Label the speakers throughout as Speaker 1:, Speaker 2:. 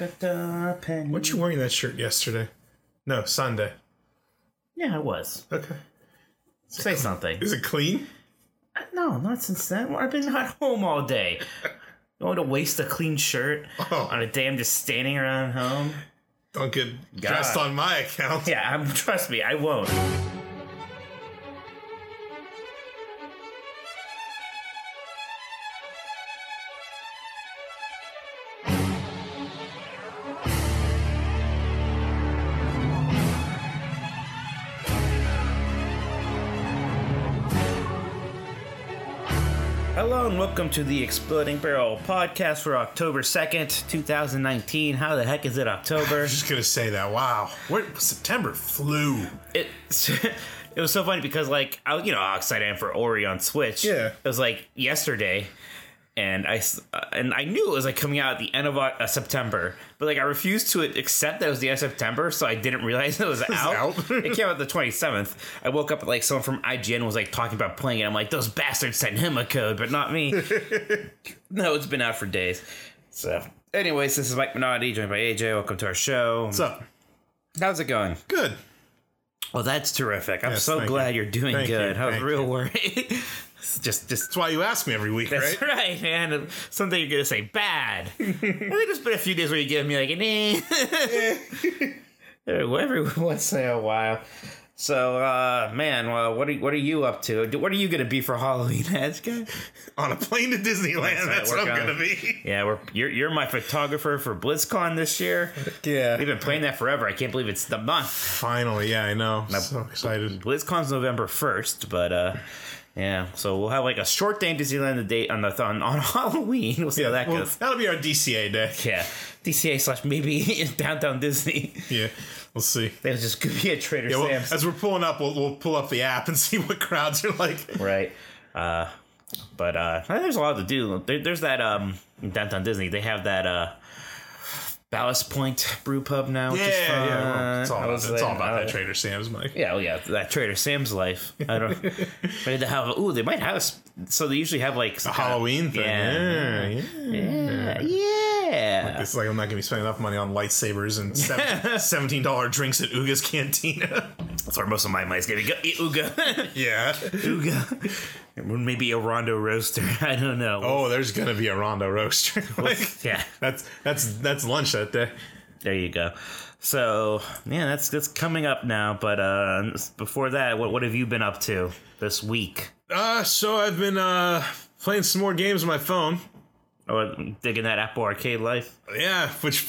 Speaker 1: Weren't you wearing that shirt yesterday? No, Sunday.
Speaker 2: Yeah, I was.
Speaker 1: Okay.
Speaker 2: Say something.
Speaker 1: Is it clean?
Speaker 2: No, not since then. I've been at home all day. You want to waste a clean shirt on
Speaker 1: Oh,
Speaker 2: a day I'm just standing around home?
Speaker 1: don't get dressed on my account.
Speaker 2: Yeah, I'm, trust me, I won't. Hello and welcome to the Exploding Barrel podcast for October 2nd, 2019. How the heck is it October?
Speaker 1: I'm just gonna say that. Wow, Where, September flew.
Speaker 2: it it was so funny because like I was you know how excited I am for Ori on Switch.
Speaker 1: Yeah.
Speaker 2: it was like yesterday, and I s- uh, and I knew it was like coming out at the end of uh, September, but like I refused to accept that it was the end of September, so I didn't realize it was out.
Speaker 1: out.
Speaker 2: it came out the twenty seventh. I woke up like someone from IGN was like talking about playing it. I'm like those bastards sent him a code, but not me. no, it's been out for days. So, anyways, this is Mike Minotti joined by AJ. Welcome to our show.
Speaker 1: What's up?
Speaker 2: How's it going?
Speaker 1: Good.
Speaker 2: Well, that's terrific. I'm
Speaker 1: Yes,
Speaker 2: so
Speaker 1: thank
Speaker 2: glad
Speaker 1: you.
Speaker 2: you. are doing
Speaker 1: Thank
Speaker 2: good.
Speaker 1: you,
Speaker 2: I was
Speaker 1: thank
Speaker 2: real
Speaker 1: you.
Speaker 2: worried. It's just, just
Speaker 1: That's why you ask me every week,
Speaker 2: that's
Speaker 1: right?
Speaker 2: right, man. Someday you're gonna say bad. I think there's been a few days where you give me like an eh. every once in a while. So, uh, man, well, what are what are you up to? What are you gonna be for Halloween, Edgar?
Speaker 1: On a plane to Disneyland.
Speaker 2: right,
Speaker 1: That's,
Speaker 2: we're
Speaker 1: what I'm
Speaker 2: gonna-
Speaker 1: gonna be.
Speaker 2: Yeah, we're you're you're my photographer for BlizzCon this year. We've
Speaker 1: Yeah.
Speaker 2: been playing that forever. I can't believe it's the month.
Speaker 1: Finally, yeah, I know. So excited.
Speaker 2: BlizzCon's November first, but uh, yeah. So we'll have like a short day in Disneyland the date on the th- on, on Halloween. We'll see how that
Speaker 1: Well,
Speaker 2: goes.
Speaker 1: that'll be our DCA day.
Speaker 2: Yeah, DCA slash maybe downtown Disney.
Speaker 1: Yeah, we'll see.
Speaker 2: That was just could be a Trader
Speaker 1: Yeah, well,
Speaker 2: Sam's,
Speaker 1: as we're pulling up, we'll, we'll pull up the app and see what crowds are like.
Speaker 2: right? Uh, but uh, there's a lot to do. There, there's that um downtown Disney. They have that uh. Ballast Point Brew Pub now. which is
Speaker 1: Yeah, yeah. well, it's all
Speaker 2: fun. I
Speaker 1: about,
Speaker 2: was
Speaker 1: it's all
Speaker 2: there.
Speaker 1: about
Speaker 2: I
Speaker 1: that
Speaker 2: was-
Speaker 1: Trader Sam's, Mike.
Speaker 2: Yeah, oh yeah, that Trader Sam's life. I don't. maybe they have. Ooh, they might have. a s- So they usually have like
Speaker 1: The Halloween thing.
Speaker 2: Yeah.
Speaker 1: Yeah. yeah.
Speaker 2: Yeah, yeah.
Speaker 1: It's like I'm not going to be spending enough money on lightsabers and seven- seventeen dollar drinks at Uga's Cantina.
Speaker 2: That's where most of my money's gonna go. Uga,
Speaker 1: yeah.
Speaker 2: Uga, maybe a Rondo roaster. I don't know.
Speaker 1: Oh, there's going to be a Rondo roaster. like,
Speaker 2: yeah.
Speaker 1: that's that's that's lunch that day.
Speaker 2: There you go. So yeah, that's that's coming up now. But uh, before that, what what have you been up to this week?
Speaker 1: Uh, so I've been uh playing some more games on my phone.
Speaker 2: Or Oh, digging that Apple Arcade life?
Speaker 1: Yeah, which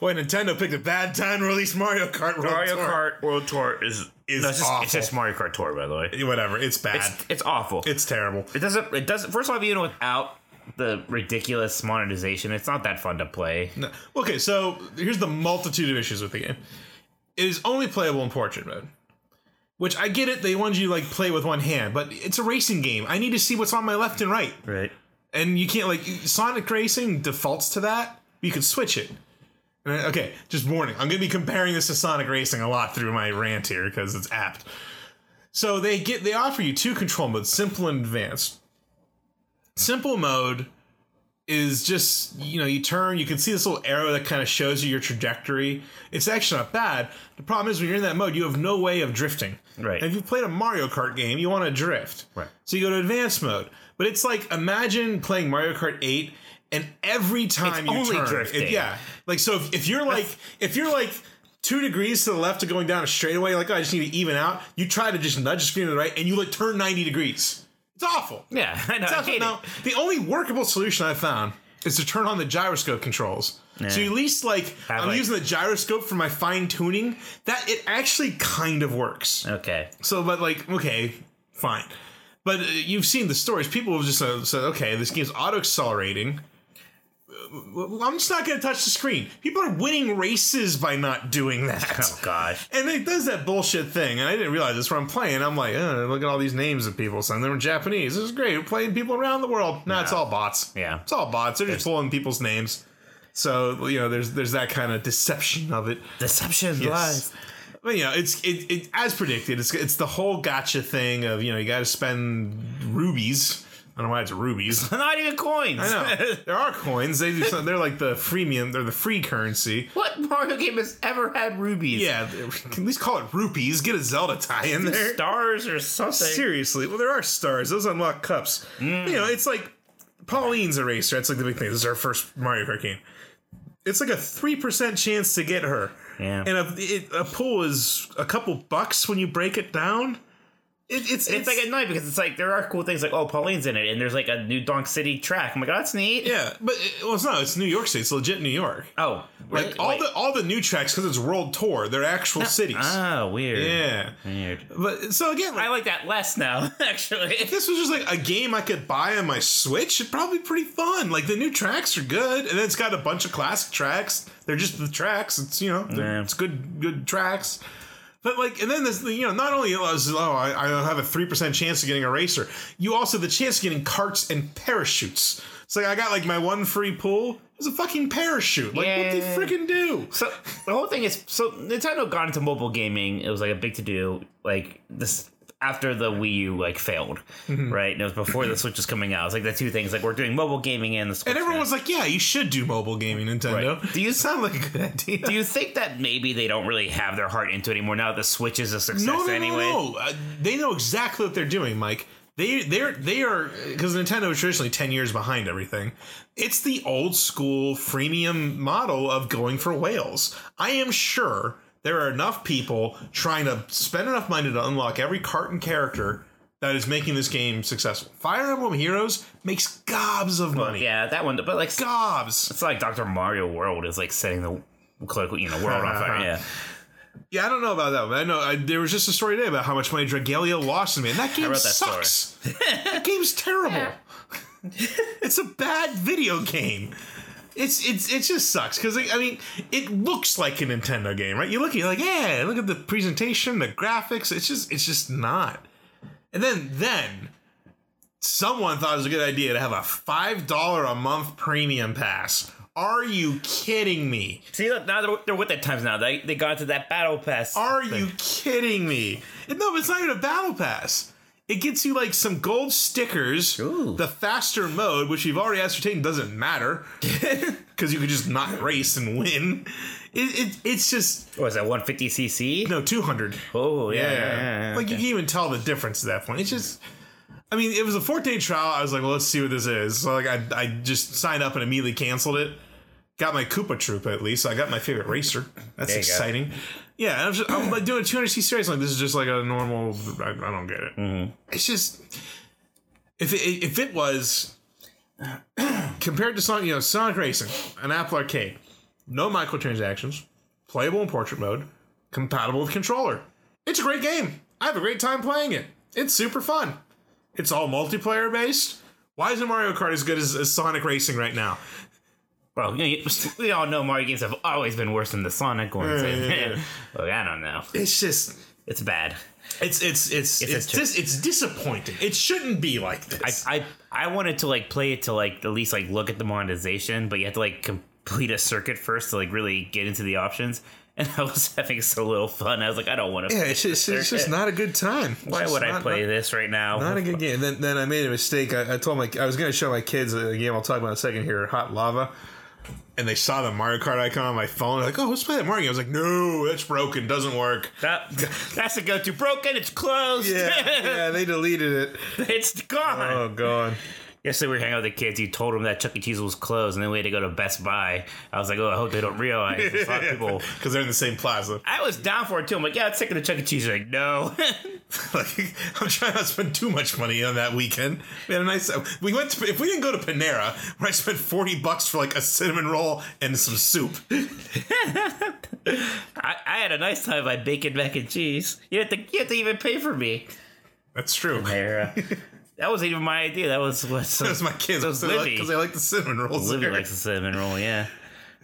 Speaker 1: boy, Nintendo picked a bad time to release Mario Kart. World
Speaker 2: Mario
Speaker 1: Tour.
Speaker 2: Kart World Tour is
Speaker 1: Is
Speaker 2: no, it's, just, it's
Speaker 1: awful.
Speaker 2: just Mario Kart Tour, by the way.
Speaker 1: Whatever, it's bad.
Speaker 2: It's, it's awful.
Speaker 1: it's terrible.
Speaker 2: It doesn't. It doesn't. First of all, even without the ridiculous monetization, it's not that fun to play.
Speaker 1: No. Okay, so here's the multitude of issues with the game. It is only playable in portrait mode, which I get it. They wanted you to like play with one hand, but it's a racing game. I need to see what's on my left and right,
Speaker 2: Right.
Speaker 1: and you can't like Sonic Racing defaults to that. You can switch it. And I- Okay, just warning. I'm going to be comparing this to Sonic Racing a lot through my rant here because it's apt. So they get they offer you two control modes, simple and advanced. Simple mode is just you know you turn you can see this little arrow that kind of shows you your trajectory it's actually not bad the problem is when you're in that mode you have no way of drifting
Speaker 2: Right.
Speaker 1: And if you played a mario kart game you want to drift
Speaker 2: Right.
Speaker 1: so you go to advanced mode but it's like imagine playing mario kart 8 and every time you
Speaker 2: only
Speaker 1: turn it-
Speaker 2: drifting.
Speaker 1: yeah like so if, if you're like if you're like two degrees to the left of going down a straightaway like oh, i just need to even out you try to just nudge the screen to the right and you like turn 90 degrees it's awful
Speaker 2: Yeah, I know. I
Speaker 1: that's
Speaker 2: hate
Speaker 1: what,
Speaker 2: it.
Speaker 1: no, the only workable solution I found is to turn on the gyroscope controls. So you at least like I'm
Speaker 2: like-
Speaker 1: using the gyroscope for my fine tuning. That it actually kind of works.
Speaker 2: Okay.
Speaker 1: So, but like, okay, fine. But uh, you've seen the stories. People have just uh, said, okay, this game's auto accelerating. I'm just not going to touch the screen. People are winning races by not doing that.
Speaker 2: Oh gosh.
Speaker 1: And it does that bullshit thing, and I didn't realize this when I'm playing. I'm like, oh, look at all these names of people. Some of them are Japanese. This is great. We're playing people around the world. Nah, it's all bots.
Speaker 2: Yeah.
Speaker 1: It's all bots. They're just pulling people's names. So, you know, there's there's that kind of deception of it.
Speaker 2: Deception lies.
Speaker 1: But you know, it's it, it as predicted, it's it's the whole gotcha thing of, you know, you gotta spend rubies. I don't know why it's rubies.
Speaker 2: Not even coins.
Speaker 1: I know there are coins. They do some, they're like the freemium. They're the free currency.
Speaker 2: what Mario game has ever had rubies?
Speaker 1: Yeah, at least call it rupees. Get a Zelda tie in there.
Speaker 2: Stars or something.
Speaker 1: Seriously, well, there are stars. Those unlock cups. You know, it's like Pauline's eraser. That's like the big thing. This is our first Mario Kart game. It's like a three percent chance to get her,
Speaker 2: Yeah.
Speaker 1: and a, it, a pull is a couple bucks when you break it down. It, it's,
Speaker 2: it's, like annoying because it's like there are cool things like oh Pauline's in it and there's like a new Donk City track. I'm like oh, that's neat.
Speaker 1: yeah, but it, well, it's not. It's New York City. It's legit New York.
Speaker 2: Oh, really?
Speaker 1: Like all
Speaker 2: Wait.
Speaker 1: the all the new tracks because it's world tour. They're actual cities.
Speaker 2: ah weird.
Speaker 1: yeah,
Speaker 2: Weird.
Speaker 1: but so again, like,
Speaker 2: I like that less now actually.
Speaker 1: if this was just like a game I could buy on my Switch, it'd probably be pretty fun. Like the new tracks are good, and then it's got a bunch of classic tracks. They're just the tracks. It's you know, they're-
Speaker 2: Yeah.
Speaker 1: it's good good tracks. But like, and then this, you know, not only was oh, I, I have a three percent chance of getting a racer, you also have the chance of getting carts and parachutes. So I got like my one free pool. It's a fucking parachute. Like
Speaker 2: Yeah.
Speaker 1: what the freaking do?
Speaker 2: So the whole thing is so Nintendo got into mobile gaming. It was like a big to do, like this after the Wii U like failed, right? And it was before the Switch was coming out. It's like the two things, like we're doing mobile gaming and the Switch.
Speaker 1: And everyone
Speaker 2: now.
Speaker 1: was like, "Yeah, you should do mobile gaming, Nintendo."
Speaker 2: Right. Do you-
Speaker 1: sound like a good idea?
Speaker 2: Do you think that maybe they don't really have their heart into it anymore now that the Switch is a success
Speaker 1: no, no,
Speaker 2: anyway?
Speaker 1: no, no. Uh, they know exactly what they're doing, Mike. They they're they are because Nintendo is traditionally ten years behind everything. It's the old school freemium model of going for whales. I am sure there are enough people trying to spend enough money to unlock every carton character that is making this game successful. Fire Emblem Heroes makes gobs of money.
Speaker 2: Yeah, that one. But like,
Speaker 1: Gobs.
Speaker 2: it's like Doctor Mario World is like setting the cloak, you know, world on fire. Yeah,
Speaker 1: Yeah, I don't know about that one. I know I, there was just a story today about how much money Dragalia lost in me, and that game
Speaker 2: wrote that
Speaker 1: sucks. that game's terrible. it's a bad video game. It's it's it just sucks because I mean it looks like a Nintendo game, right? You look at it, you're like, yeah, look at the presentation, the graphics. It's just it's just not. And then then someone thought it was a good idea to have a five dollar a month premium pass. Are you kidding me?
Speaker 2: see, look, now they're, they're with the times now. They they got into that battle pass.
Speaker 1: Are you kidding me? And No, but it's not even a battle pass. It gets you like some gold stickers,
Speaker 2: Ooh.
Speaker 1: the faster mode, which we've already ascertained doesn't matter because you could just not race and win. It, it, it's just
Speaker 2: What was that 150cc?
Speaker 1: no 200.
Speaker 2: Oh yeah, yeah, yeah, yeah,
Speaker 1: like you
Speaker 2: okay.
Speaker 1: can even tell the difference at that point. It's just, I mean, it was a four day trial. I was like, well, let's see what this is. So like, I, I just signed up and immediately canceled it. Got my Koopa Troop at least. I got my favorite racer.
Speaker 2: There
Speaker 1: That's
Speaker 2: you go.
Speaker 1: exciting. Yeah, and I'm just I'm like doing a 200c series. Like this is just like a normal. I, I don't get it. It's just if it, if it was compared to Sonic, you know, Sonic Racing, an Apple Arcade, no microtransactions, playable in portrait mode, compatible with controller. It's a great game. I have a great time playing it. It's super fun. It's all multiplayer based. Why isn't Mario Kart as good as, as Sonic Racing right now?
Speaker 2: Bro, you know, we all know Mario games have always been worse than the Sonic ones. Look, I don't know.
Speaker 1: It's just
Speaker 2: It's bad.
Speaker 1: it's it's it's it's
Speaker 2: a
Speaker 1: it's,
Speaker 2: tr-
Speaker 1: dis- it's disappointing. It shouldn't be like
Speaker 2: I,
Speaker 1: this.
Speaker 2: I I wanted to like play it to like at least like look at the monetization, but you have to like complete a circuit first to like really get into the options. And I was having so little fun. I was like, I don't want to.
Speaker 1: yeah, it's just, it's just not a good time. It's
Speaker 2: Why
Speaker 1: just
Speaker 2: would I
Speaker 1: not-
Speaker 2: play this right now?
Speaker 1: Not a good game. Then, then I made a mistake. I, I told my I was going to show my kids a game I'll talk about in a second here, Hot Lava, and they saw the Mario Kart icon on my phone. They're like, oh, let's play that Mario. game." I was like, no, that's broken. Doesn't work.
Speaker 2: That- that's a go-to. Broken. It's closed.
Speaker 1: Yeah, yeah, they deleted it.
Speaker 2: it's gone.
Speaker 1: Oh god.
Speaker 2: Yesterday we were hanging out with the kids. You told them that Chuck E. Cheese was closed, and then we had to go to Best Buy. I was like, oh, I hope they don't realize. There's a lot of people.
Speaker 1: because they're in the same plaza.
Speaker 2: I was down for it too. I'm like, yeah, let's take it to Chuck E. Cheese. They're like, no.
Speaker 1: like, I'm trying not to spend too much money on that weekend. We had a nice. We went. To, if we didn't go to Panera, where I spent forty bucks for like a cinnamon roll and some soup.
Speaker 2: I, I had a nice time by bacon mac and cheese. You have to, you have to even pay for me.
Speaker 1: That's true.
Speaker 2: There, uh, that wasn't even my idea. That was what some,
Speaker 1: That was my kids
Speaker 2: That was
Speaker 1: because they, like,
Speaker 2: Livy.
Speaker 1: 'cause they like the cinnamon rolls.
Speaker 2: Olivia
Speaker 1: there.
Speaker 2: likes the cinnamon roll. Yeah,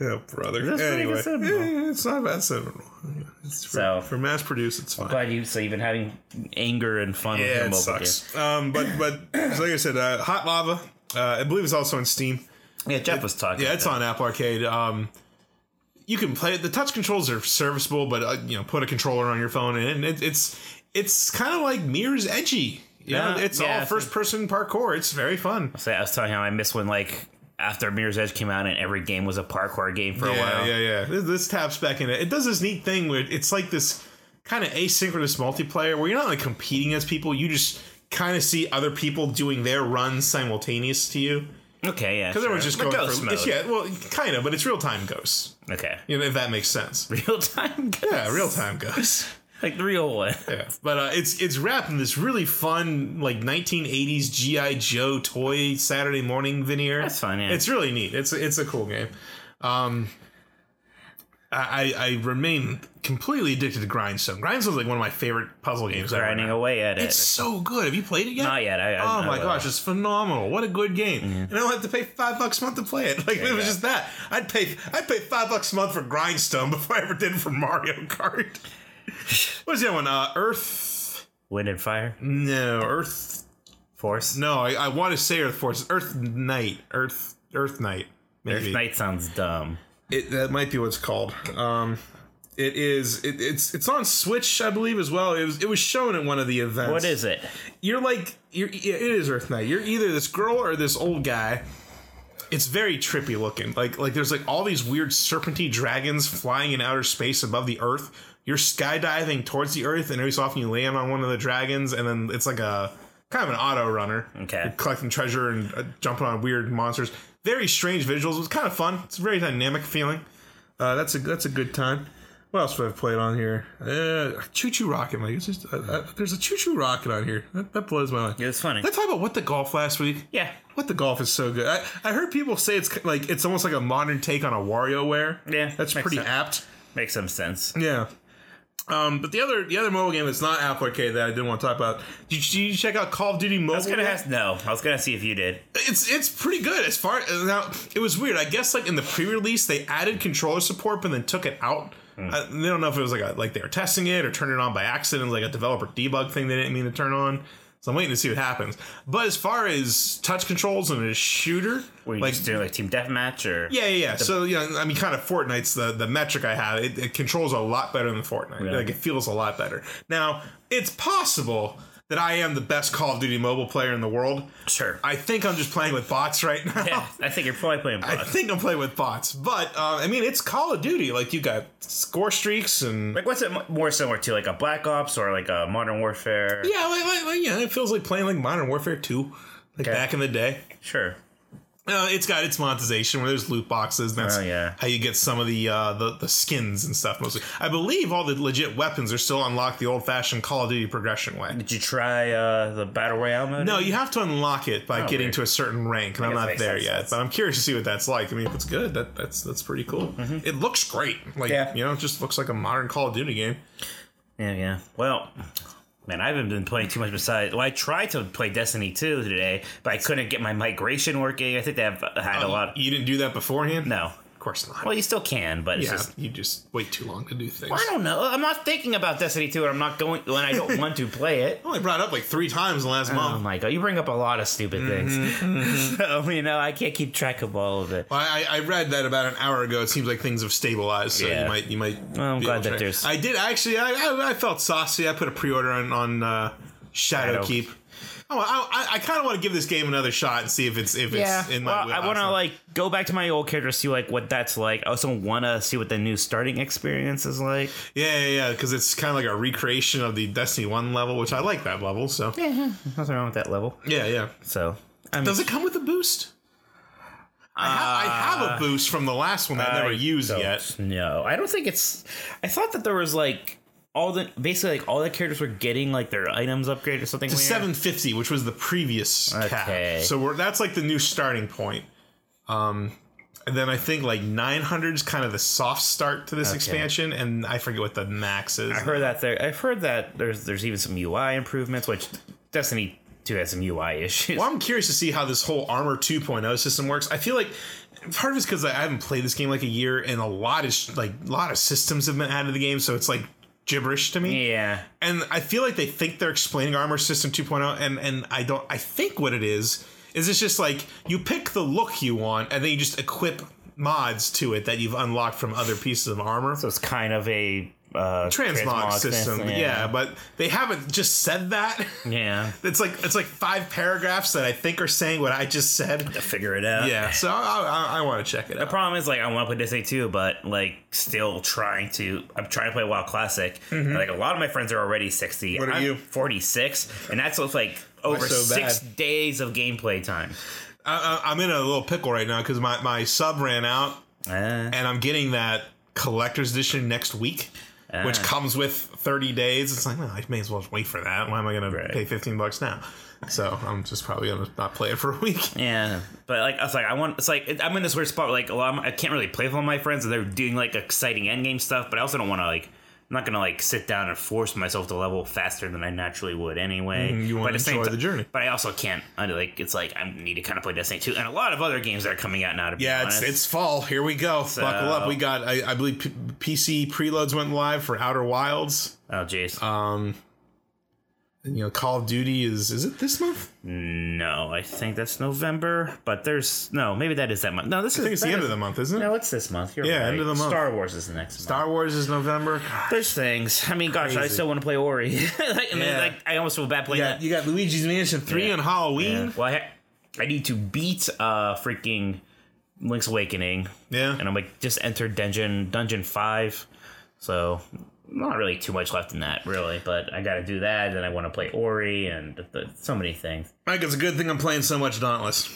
Speaker 1: Yeah, brother.
Speaker 2: pretty
Speaker 1: anyway,
Speaker 2: good cinnamon
Speaker 1: Yeah, yeah, it's not a bad cinnamon roll. Yeah, It's for,
Speaker 2: So-
Speaker 1: for mass produce, it's fine.
Speaker 2: glad you. So you've been having anger and fun with
Speaker 1: yeah,
Speaker 2: your
Speaker 1: it
Speaker 2: mobile
Speaker 1: sucks. Um, but but so like I said, uh, hot lava. Uh, I believe it's also on Steam.
Speaker 2: game. Yeah, Jeff was talking.
Speaker 1: Yeah,
Speaker 2: about
Speaker 1: it's on Apple Arcade. Um, you can play it. The touch controls are serviceable, but uh, you know, put a controller on your phone, and it, it's it's kind of like Mirror's Edgy. Yeah,
Speaker 2: Yeah,
Speaker 1: it's
Speaker 2: yeah,
Speaker 1: all
Speaker 2: it's-
Speaker 1: first person parkour. It's very fun.
Speaker 2: So I was telling him I miss when like after Mirror's Edge came out and every game was a parkour game for a
Speaker 1: Yeah,
Speaker 2: while.
Speaker 1: yeah, yeah. This, this taps back in it. It does this neat thing where it's like this kind of asynchronous multiplayer where you're not like competing as people. You just kind of see other people doing their runs simultaneous to you
Speaker 2: Okay, yeah.
Speaker 1: because
Speaker 2: sure.
Speaker 1: everyone's just
Speaker 2: Like
Speaker 1: going
Speaker 2: ghost
Speaker 1: for
Speaker 2: mode.
Speaker 1: yeah. Well, kind of, but it's real time ghosts.
Speaker 2: Okay.
Speaker 1: You know if that makes sense.
Speaker 2: Real time ghost.
Speaker 1: Yeah, real time ghosts.
Speaker 2: Like the real one.
Speaker 1: Yeah, but uh, it's it's wrapped in this really fun like 1980s GI Joe toy Saturday morning veneer.
Speaker 2: That's fun, yeah.
Speaker 1: It's really neat. It's it's a cool game. Um, I I I remain completely addicted to Grindstone. Grindstone's like one of my favorite puzzle games. ever.
Speaker 2: Grinding away at it.
Speaker 1: It's so good. Have you played it yet?
Speaker 2: Not yet. I, I,
Speaker 1: Oh
Speaker 2: I
Speaker 1: my
Speaker 2: will.
Speaker 1: gosh, it's phenomenal! What a good game, and I don't have to pay five bucks a month to play it. Like if it was
Speaker 2: yeah.
Speaker 1: just that. I'd pay I'd pay five bucks a month for Grindstone before I ever did for Mario Kart. What's the other one? Uh, Earth?
Speaker 2: Wind and Fire
Speaker 1: No, Earth.
Speaker 2: Force.
Speaker 1: No, I, I want to say Earth Force. Earth Knight. Earth Earth Knight.
Speaker 2: Earth
Speaker 1: Maybe.
Speaker 2: Knight sounds dumb.
Speaker 1: It, that might be what it's called. Um, it is. It, it's it's on Switch, I believe, as well. It was it was shown at one of the events.
Speaker 2: What is it?
Speaker 1: you're like you're it is Earth Knight. You're either this girl or this old guy. It's very trippy looking. Like like there's like all these weird serpenty dragons flying in outer space above the Earth. You're skydiving towards the Earth, and every so often you land on one of the dragons, and then it's like a kind of an auto runner.
Speaker 2: Okay.
Speaker 1: You're collecting treasure and uh, jumping on weird monsters. Very strange visuals. It was kind of fun. It's a very dynamic feeling. Uh, that's a that's a good time. What else have I played on here? Uh, Choo Choo Rocket. Like, it's just, uh, uh, there's a Choo Choo Rocket on here. That, that blows my mind.
Speaker 2: Yeah, it's funny.
Speaker 1: Did I talk about what the golf last week?
Speaker 2: Yeah.
Speaker 1: What the golf is so good. I, I heard people say it's ki- like it's almost like a modern take on a WarioWare.
Speaker 2: Yeah,
Speaker 1: that's
Speaker 2: makes
Speaker 1: pretty
Speaker 2: sense.
Speaker 1: apt.
Speaker 2: Makes some sense.
Speaker 1: Yeah. Um, but the other the other mobile game that's not Apple Arcade that I didn't want to talk about. Did you, did you check out Call of Duty Mobile?
Speaker 2: I was gonna
Speaker 1: yet?
Speaker 2: ask. No, I was gonna see if you did.
Speaker 1: it's it's pretty good as far now it was weird i guess like in the pre-release they added controller support but then took it out
Speaker 2: Hmm.
Speaker 1: I, they don't know if it was like a, like they were testing it or turned it on by accident like a developer debug thing they didn't mean to turn on so i'm waiting to see what happens but as far as touch controls and a shooter
Speaker 2: Were you
Speaker 1: like
Speaker 2: just doing like team deathmatch or?
Speaker 1: yeah, yeah, yeah. So you know, I mean, kind of Fortnite's the the metric I have. It, it controls a lot better than Fortnite. Like it feels a lot better. Now it's possible that I am the best Call of Duty mobile player in the world.
Speaker 2: Sure.
Speaker 1: I think I'm just playing with bots right now.
Speaker 2: yeah, I think you're probably playing.
Speaker 1: I
Speaker 2: bots.
Speaker 1: think I'm playing with bots, but uh, I mean it's Call of Duty. Like you got score streaks and
Speaker 2: Like, what's it mo- more similar to, like a Black Ops or like a Modern Warfare?
Speaker 1: yeah, like, like, like, yeah, it feels like playing like Modern Warfare Two, like back in the day.
Speaker 2: Sure.
Speaker 1: Uh, it's got its monetization where there's loot boxes. And that's
Speaker 2: Oh, yeah.
Speaker 1: how you get some of the, uh, the the skins and stuff. Mostly, I believe all the legit weapons are still unlocked the old fashioned Call of Duty progression way.
Speaker 2: Did you try uh, the Battle Royale mode?
Speaker 1: No, you have to unlock it by getting
Speaker 2: Oh, weird.
Speaker 1: to a certain rank, and I'm
Speaker 2: guess it
Speaker 1: not
Speaker 2: makes
Speaker 1: there
Speaker 2: sense.
Speaker 1: yet. But I'm curious to see what that's like. I mean, if it's good, that that's that's pretty cool. It looks great. Like
Speaker 2: Mm-hmm. Yeah.
Speaker 1: you know, it just looks like a modern Call of Duty game.
Speaker 2: Yeah, yeah. Well, man, I haven't been playing too much besides. Well, I tried to play Destiny 2 today, but I couldn't get my migration working. I think they have uh, had
Speaker 1: Oh,
Speaker 2: a lot.
Speaker 1: You didn't do that beforehand?
Speaker 2: No.
Speaker 1: Of course not.
Speaker 2: Well, you still can, but it's
Speaker 1: yeah,
Speaker 2: just.
Speaker 1: you just wait too long to do things.
Speaker 2: I don't know. I'm not thinking about Destiny 2, and I'm not going when I don't want to play it.
Speaker 1: I only brought it up like three times in the last
Speaker 2: Oh
Speaker 1: month.
Speaker 2: my god, you bring up a lot of stupid things. so, you know, I can't keep track of all of it.
Speaker 1: I, I I read that about an hour ago. It seems like things have stabilized, so you
Speaker 2: Yeah.
Speaker 1: might you might.
Speaker 2: Well, I'm
Speaker 1: be
Speaker 2: glad
Speaker 1: able to
Speaker 2: that
Speaker 1: check.
Speaker 2: there's-
Speaker 1: I did actually. I, I, I felt saucy. I put a pre-order on on uh, Shadow
Speaker 2: Shadow.
Speaker 1: Keep. Oh, I, I, I kind of want to give this game another shot and see if it's if it's in my.
Speaker 2: well, I want to
Speaker 1: wheelhouse.
Speaker 2: like go back to my old character, see like what that's like. I also want to see what the new starting experience is like.
Speaker 1: Yeah, yeah, yeah. Because it's kind of like a recreation of the Destiny One level, which I like that level. So yeah,
Speaker 2: Nothing wrong with that level.
Speaker 1: yeah.
Speaker 2: So, I mean,
Speaker 1: Does it come with a boost? I have, I have a boost from the last one that I never used
Speaker 2: Uh, don't
Speaker 1: yet.
Speaker 2: know. I don't think it's. I thought that there was like all the basically like all the characters were getting like their items upgrade or something.
Speaker 1: to
Speaker 2: weird.
Speaker 1: 750 which was the previous
Speaker 2: Okay.
Speaker 1: cap so we're that's like the new starting point um and then i think like 900 is kind of the soft start to this expansion and i forget what the max is
Speaker 2: I heard that there. I've heard that there's there's even some UI improvements, which Destiny Two has some UI issues.
Speaker 1: well i'm curious to see how this whole armor 2.0 system works i feel like part of it's because i haven't played this game like a year and a lot is like a lot of systems have been added to the game so it's like gibberish to me
Speaker 2: Yeah,
Speaker 1: and I feel like they think they're explaining armor system 2.0 and and I don't I think what it is is it's just like you pick the look you want and then you just equip mods to it that you've unlocked from other pieces of armor.
Speaker 2: so it's kind of a uh,
Speaker 1: transmog, system.
Speaker 2: thing,
Speaker 1: yeah. but they haven't just said that.
Speaker 2: yeah.
Speaker 1: It's like it's like five paragraphs that I think are saying what I just said.
Speaker 2: To figure it out.
Speaker 1: Yeah, so I, I, I want to check it
Speaker 2: The
Speaker 1: out.
Speaker 2: problem is like I want to play Destiny 2, but like still trying to. I'm trying to play WoW Classic. and, Like a lot of my friends are already 60.
Speaker 1: Mm-hmm. What are
Speaker 2: I'm
Speaker 1: you?
Speaker 2: 46, and that's with like over
Speaker 1: so
Speaker 2: six
Speaker 1: bad?
Speaker 2: days of gameplay time.
Speaker 1: I, I, I'm in a little pickle right now because my, my sub ran out
Speaker 2: Uh,
Speaker 1: and I'm getting that collector's edition next week, which
Speaker 2: Ah.
Speaker 1: comes with 30 days. It's like, no, I may as well just wait for that. Why am I going
Speaker 2: Right.
Speaker 1: to pay 15 bucks now? So I'm just probably going to not play it for a week.
Speaker 2: yeah, but like I was like I want. It's like I'm in this weird spot. Where, like a lot, of my, I can't really play with all my friends, and they're doing like exciting endgame stuff. But I also don't want to like. I'm not gonna like sit down and force myself to level faster than I naturally would anyway.
Speaker 1: Mm, you
Speaker 2: But
Speaker 1: wanna
Speaker 2: at same
Speaker 1: enjoy
Speaker 2: ti-
Speaker 1: the journey.
Speaker 2: But I also can't. I like it's like I need to kind of play Destiny 2 and a lot of other games that are coming out now. To be
Speaker 1: Yeah, it's,
Speaker 2: honest.
Speaker 1: it's fall. Here we go. Buckle up. We got, I, I believe, P- PC preloads went live for Outer Wilds.
Speaker 2: Oh jeez.
Speaker 1: Um, you know, Call of Duty is, is it this month?
Speaker 2: no, I think that's November, but there's no, maybe that is that month. No, this
Speaker 1: I think it's the end of the month, isn't it?
Speaker 2: No, it's this month. You're
Speaker 1: Yeah,
Speaker 2: right.
Speaker 1: end of the month.
Speaker 2: Star Wars is the next month.
Speaker 1: Star Wars is November. God.
Speaker 2: There's things. I mean, gosh, I
Speaker 1: Crazy.
Speaker 2: still want to play Ori. like, I mean,
Speaker 1: Yeah.
Speaker 2: like, I almost feel bad playing that.
Speaker 1: you got Luigi's Mansion 3 on Halloween.
Speaker 2: Well, I, ha- I need to beat uh freaking Link's Awakening,
Speaker 1: Yeah.
Speaker 2: and I'm like just entered dungeon dungeon five, so not really too much left in that really. But I got to do that, and I want to play Ori, and th- th- so many things.
Speaker 1: Mike, it's a good thing I'm playing so much Dauntless.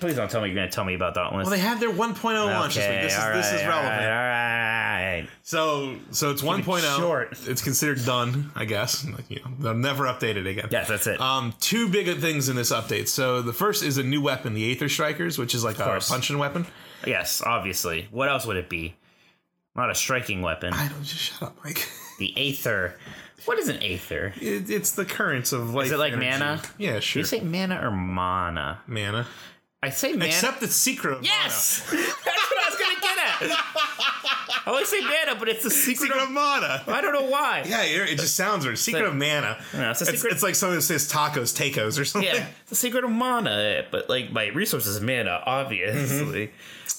Speaker 2: Please don't tell me you're going to tell me about that one.
Speaker 1: Well, they had their 1.0 launch this week. This is,
Speaker 2: all
Speaker 1: this is
Speaker 2: right,
Speaker 1: relevant.
Speaker 2: All right, all right.
Speaker 1: So so it's 1.0.
Speaker 2: short.
Speaker 1: It's considered done, I guess. Like, you know, they'll never update it again.
Speaker 2: Yes, that's it.
Speaker 1: Um, two big things in this update. So the first is a new weapon, the Aether Strikers, which is like a
Speaker 2: course.
Speaker 1: punching weapon.
Speaker 2: yes, obviously. What else would it be? Not a striking weapon.
Speaker 1: I don't just shut up, Mike.
Speaker 2: The Aether. What is an Aether? Did
Speaker 1: It, it's the currents of life.
Speaker 2: it like
Speaker 1: energy.
Speaker 2: mana?
Speaker 1: Yeah, sure.
Speaker 2: you say mana or mana?
Speaker 1: mana.
Speaker 2: I say mana.
Speaker 1: Except it's secret. of
Speaker 2: yes! That's what I was going to get at. I always say mana, but it's a secret.
Speaker 1: mana. secret of mana.
Speaker 2: I don't know why.
Speaker 1: Yeah, you're- it just sounds weird. Secret
Speaker 2: like-
Speaker 1: of mana.
Speaker 2: No, it's a
Speaker 1: It's,
Speaker 2: secret-
Speaker 1: it's like someone that says tacos, tacos, or something.
Speaker 2: Yeah, it's the secret of mana, but like my resources is mana, obviously.
Speaker 1: Mm-hmm.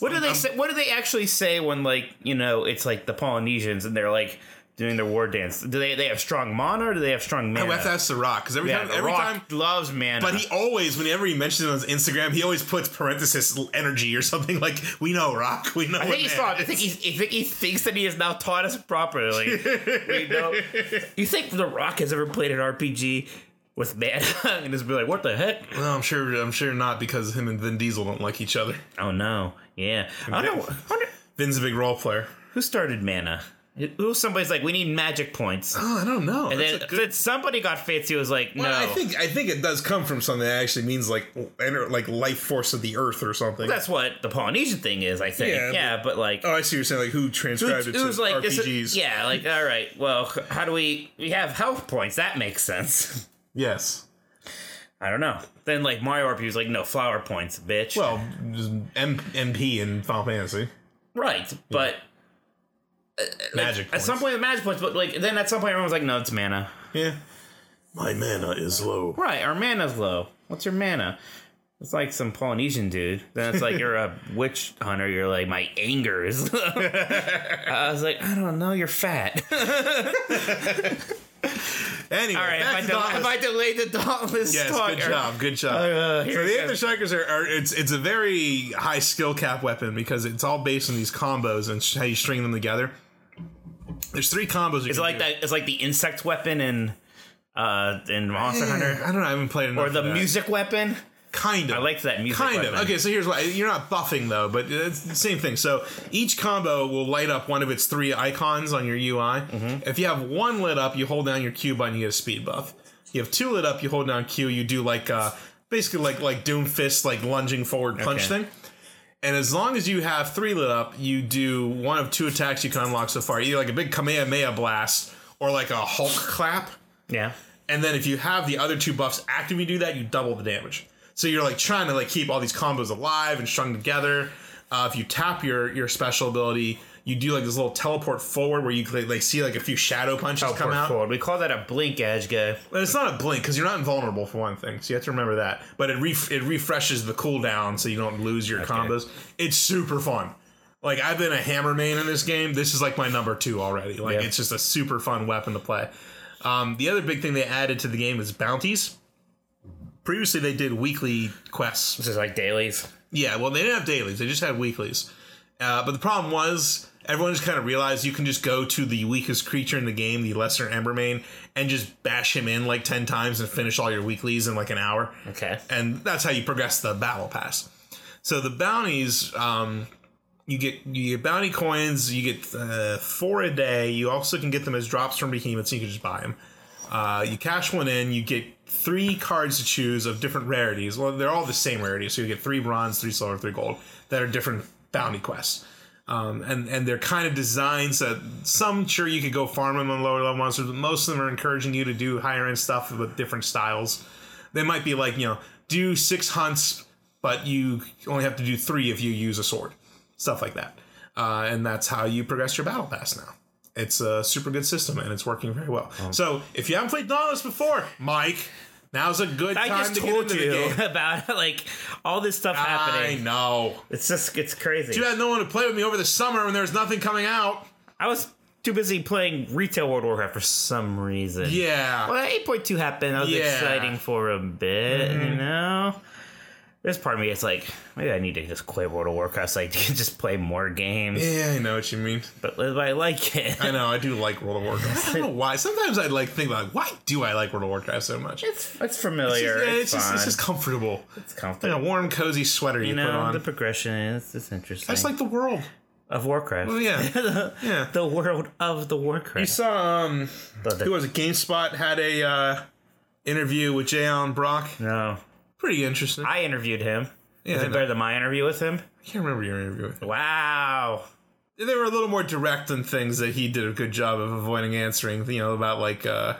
Speaker 2: What do they say? What do they actually say when like you know it's like the Polynesians and they're like doing their war dance? Do they they have strong mana or do they have strong
Speaker 1: I
Speaker 2: mana?
Speaker 1: have to ask The Rock because every
Speaker 2: yeah,
Speaker 1: time,
Speaker 2: The
Speaker 1: Oh, every
Speaker 2: Rock
Speaker 1: time
Speaker 2: loves mana,
Speaker 1: But he always, whenever he mentions it on his Instagram, he always puts parenthesis energy or something like, "We know Rock, we know."
Speaker 2: I think, he's thought, I, think he's, I think he thinks that he has now taught us properly. you, know? you think The Rock has ever played an RPG with mana and just be like, what the heck?
Speaker 1: Well, I'm sure. I'm sure not because him and Vin Diesel don't like each other.
Speaker 2: Oh no, yeah. I don't know. I wonder
Speaker 1: Vin's a big role player.
Speaker 2: who started mana. Who somebody's like, we need magic points.
Speaker 1: Oh, I don't know.
Speaker 2: And
Speaker 1: That's
Speaker 2: then,
Speaker 1: a good-
Speaker 2: then somebody got fancy. Was like, no,
Speaker 1: Well, I think I think it does come from something that actually means like enter, like life force of the earth or something.
Speaker 2: that's what the Polynesian thing is. I think, yeah,
Speaker 1: Yeah,
Speaker 2: but, like,
Speaker 1: oh, I see. You're saying like who transcribed it
Speaker 2: it
Speaker 1: to
Speaker 2: was like, this
Speaker 1: RPGs?
Speaker 2: is- yeah, like, all right, well, h- how do we? We have health points. That makes sense.
Speaker 1: Yes.
Speaker 2: I don't know. Then like Mario RPG was like, no flower points, bitch.
Speaker 1: Well, M- MP in Final Fantasy.
Speaker 2: right, but
Speaker 1: Magic.
Speaker 2: at some
Speaker 1: points.
Speaker 2: point the magic points. But like then at some point everyone was like, no, it's mana.
Speaker 1: Yeah. My mana is low.
Speaker 2: Right, our mana's low. What's your mana? It's like some Polynesian dude. Then it's like you're a witch hunter. You're like my anger is. low." I was like, I don't know. You're fat.
Speaker 1: Anyway,
Speaker 2: All right, if I,
Speaker 1: back to
Speaker 2: del-
Speaker 1: Dauntless.
Speaker 2: if I delayed the dauntless
Speaker 1: Yes,
Speaker 2: talk,
Speaker 1: good
Speaker 2: or-
Speaker 1: job, good job.
Speaker 2: Uh, here
Speaker 1: so
Speaker 2: it
Speaker 1: the
Speaker 2: goes.
Speaker 1: Aether Strikers are, are it's it's a very high skill cap weapon because it's all based on these combos and sh- how you string them together. There's three combos. You
Speaker 2: It's like that. It's like the insect weapon in uh in Monster Hunter,
Speaker 1: I don't know. I haven't played enough.
Speaker 2: or the
Speaker 1: of that.
Speaker 2: music weapon.
Speaker 1: Kind of.
Speaker 2: I liked that music
Speaker 1: Kind
Speaker 2: weapon.
Speaker 1: of. Okay, so here's why you're not buffing though, but it's the same thing. So each combo will light up one of its three icons on your UI.
Speaker 2: Mm-hmm.
Speaker 1: If you have one lit up, you hold down your Q button, you get a speed buff. You have two lit up, you hold down Q, you do like uh, basically like like Doom Fist, like lunging forward punch
Speaker 2: Okay.
Speaker 1: thing. And as long as you have three lit up, you do one of two attacks you can unlock so far, either like a big Kamehameha blast or like a Hulk clap.
Speaker 2: Yeah.
Speaker 1: And then if you have the other two buffs active, you do that, you double the damage. So you're like trying to like keep all these combos alive and strung together. Uh, if you tap your your special ability, you do like this little teleport forward where you could, like see like a few shadow punches come
Speaker 2: Forward,
Speaker 1: out.
Speaker 2: forward. We call that a blink edge guy.
Speaker 1: But it's not a blink because you're not invulnerable for one thing, so you have to remember that. But it ref- it refreshes the cooldown so you don't lose your combos. It's super fun. Like I've been a hammer main in this game. This is like my number two already. Like
Speaker 2: Yeah.
Speaker 1: it's just a super fun weapon to play. Um, the other big thing they added to the game is bounties. Previously, they did weekly quests
Speaker 2: This is like dailies.
Speaker 1: yeah, well, they didn't have dailies; they just had weeklies. Uh, but the problem was everyone just kind of realized you can just go to the weakest creature in the game, the Lesser Embermane, and just bash him in like ten times and finish all your weeklies in like an hour.
Speaker 2: Okay.
Speaker 1: And that's how you progress the battle pass. So the bounties, um, you get you get bounty coins. You get uh, four a day. You also can get them as drops from behemoths. You can just buy them. Uh, you cash one in. You get three cards to choose of different rarities. Well, they're all the same rarity. So you get three bronze, three silver, three gold that are different bounty quests. Um, and and they're kind of designed so that some sure you could go farm them on lower level monsters, but most of them are encouraging you to do higher end stuff with different styles. They might be like you know do six hunts, but you only have to do three if you use a sword stuff like that. Uh, and that's how you progress your battle pass now. It's a super good system and it's working very well. So if you haven't played Nautilus before, Mike, now's a good
Speaker 2: I
Speaker 1: time
Speaker 2: just
Speaker 1: to
Speaker 2: told
Speaker 1: get into the
Speaker 2: you
Speaker 1: game.
Speaker 2: about like all this stuff
Speaker 1: I
Speaker 2: happening.
Speaker 1: know.
Speaker 2: It's just it's crazy.
Speaker 1: You had no one to play with me over the summer when there was nothing coming out.
Speaker 2: I was too busy playing retail World of Warcraft for some reason.
Speaker 1: Yeah.
Speaker 2: Well, 8.2 happened. That was
Speaker 1: Yeah. Mm-hmm.
Speaker 2: exciting for a bit, you know? This part of me is like, maybe I need to just quit World of Warcraft so I can just play more games.
Speaker 1: Yeah, I know what you mean.
Speaker 2: But if I like it,
Speaker 1: I know, I do like World of Warcraft. I don't know why. Sometimes I like think about why do I like World of Warcraft so much? It's,
Speaker 2: it's, it's familiar.
Speaker 1: just, yeah,
Speaker 2: it's,
Speaker 1: it's, just,
Speaker 2: fun.
Speaker 1: it's just comfortable.
Speaker 2: it's
Speaker 1: Like a
Speaker 2: comfortable.
Speaker 1: warm, cozy sweater
Speaker 2: You
Speaker 1: you, put
Speaker 2: know,
Speaker 1: on.
Speaker 2: the progression is it's interesting.
Speaker 1: I just like the world.
Speaker 2: of Warcraft.
Speaker 1: Oh yeah. yeah.
Speaker 2: The world of the
Speaker 1: You
Speaker 2: Warcraft.
Speaker 1: saw um
Speaker 2: The- the-
Speaker 1: who was it? GameSpot had a uh, interview with Jay Allen Brock.
Speaker 2: no.
Speaker 1: Pretty interesting. I
Speaker 2: I interviewed him.
Speaker 1: Yeah,
Speaker 2: Is
Speaker 1: I
Speaker 2: it
Speaker 1: know.
Speaker 2: better than my interview with him?
Speaker 1: can't remember your interview.
Speaker 2: Wow.
Speaker 1: They were a little more direct on things that he did a good job of avoiding answering. You know about like uh,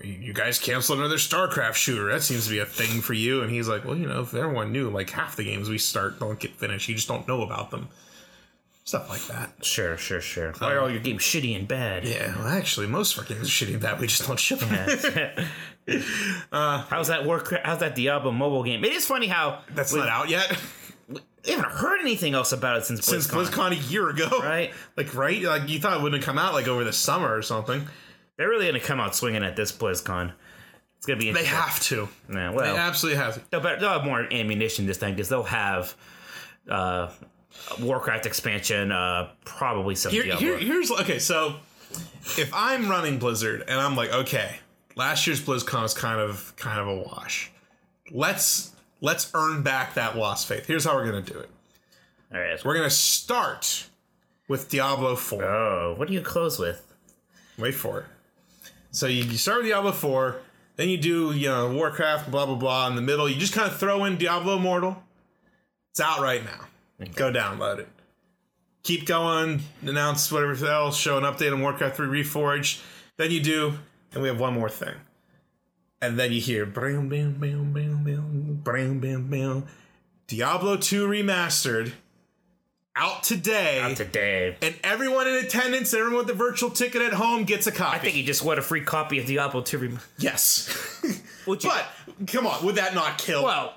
Speaker 1: you you guys canceled another StarCraft shooter. That seems to be a thing for you. And he's like, well, you know, if everyone knew, like half the games we start don't get finished. You just don't know about them. Stuff like that.
Speaker 2: Sure, sure, sure. Why are all your games shitty and bad?
Speaker 1: Yeah, well, actually, most of our games are shitty that we just don't ship them.
Speaker 2: How's that Warcraft? How's that Diablo mobile game? It is funny how
Speaker 1: That's not out yet.
Speaker 2: we haven't heard anything else about it since
Speaker 1: since
Speaker 2: BlizzCon,
Speaker 1: BlizzCon a year ago,
Speaker 2: right?
Speaker 1: Like, right? Like, you thought it wouldn't come out like over the summer or something.
Speaker 2: They're really gonna come out swinging at this BlizzCon. It's gonna be
Speaker 1: They
Speaker 2: interesting.
Speaker 1: have to.
Speaker 2: Yeah, well,
Speaker 1: They absolutely have to.
Speaker 2: they'll, better, they'll have more ammunition this time because they'll have uh, Warcraft expansion, uh, probably some
Speaker 1: Here,
Speaker 2: Diablo.
Speaker 1: here- here's okay. So, if I'm running Blizzard and I'm like, okay, last year's BlizzCon is kind of kind of a wash. Let's let's earn back that lost faith. Here's how we're gonna do it.
Speaker 2: All right.
Speaker 1: We're gonna start with Diablo Four.
Speaker 2: Oh, what do you close with?
Speaker 1: Wait for it. So you, you start with Diablo 4, then you do you know Warcraft, blah blah blah. In the middle, you just kind of throw in Diablo Immortal. It's out right now. Go download it. Keep going. Announce whatever else. Show an update on Warcraft 3 Reforged. Then you do, and we have one more thing. And then you hear bam bam bam bam bam bam bam bam. Diablo 2 remastered. Out today.
Speaker 2: Not today.
Speaker 1: and everyone in attendance, everyone with the virtual ticket at home gets a copy.
Speaker 2: I think you just want a free copy of Diablo 2. Rem-
Speaker 1: Yes.
Speaker 2: Would you-
Speaker 1: but come on, would that not kill?
Speaker 2: Well,